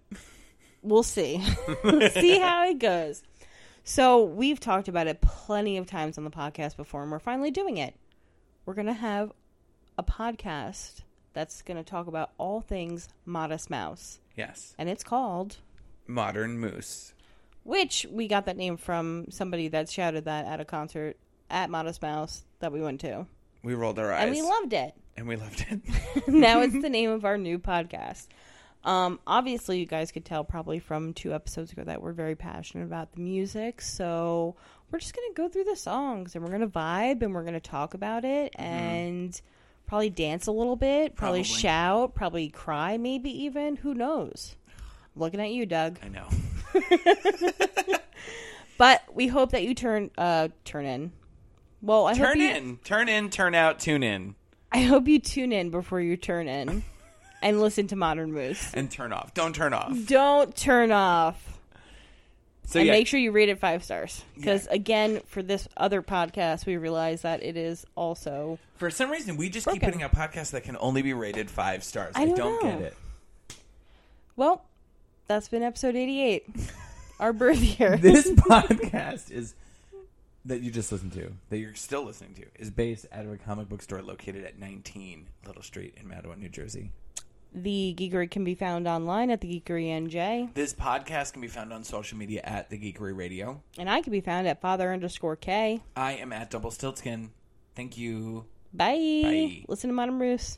S1: *laughs*
S2: we'll see. *laughs* see how it goes. So we've talked about it plenty of times on the podcast before, and we're finally doing it. We're gonna have a podcast that's gonna talk about all things Modest Mouse,
S1: Yes.
S2: and it's called.
S1: Modern Moose.
S2: Which we got that name from somebody that shouted that at a concert at Modest Mouse that we went to,
S1: We rolled our eyes
S2: and we loved it. *laughs*
S1: and we loved it.
S2: now it's the name of our new podcast. Um, obviously, you guys could tell probably from two episodes ago that we're very passionate about the music. So we're just going to go through the songs and we're going to vibe and we're going to talk about it and probably dance a little bit, probably,
S1: Probably.
S2: shout, probably cry, maybe even. Who knows? Looking at you, Doug.
S1: I know.
S2: But we hope that you turn uh turn in. Well, I hope
S1: Turn
S2: you,
S1: in, turn in, turn out, tune in,
S2: I hope you tune in before you turn
S1: *laughs*
S2: in and listen to Modern Moose.
S1: and turn off. Don't turn off.
S2: Don't turn off.
S1: So
S2: Mm. and
S1: yeah,
S2: make sure you rate it five stars because again, for this other podcast, we realize that it is also
S1: for some reason we just keep
S2: Broken.
S1: putting out podcasts that can only be rated five stars.
S2: I
S1: I
S2: don't
S1: don't,
S2: know.
S1: get it.
S2: well. That's been episode
S1: *laughs*
S2: eighty-eight, our birth year.
S1: This podcast is that you just listened to, that you're still listening to, is based out of a comic book store located at 19 Little Street in Mattawa, New Jersey.
S2: the Geekery can be found online at the Geekery NJ,
S1: This podcast can be found on social media at The Geekery Radio.
S2: and I can be found at Father underscore K.
S1: I am at Double Stiltskin. Thank you.
S2: Bye.
S1: Bye.
S2: Listen to Modern Moose.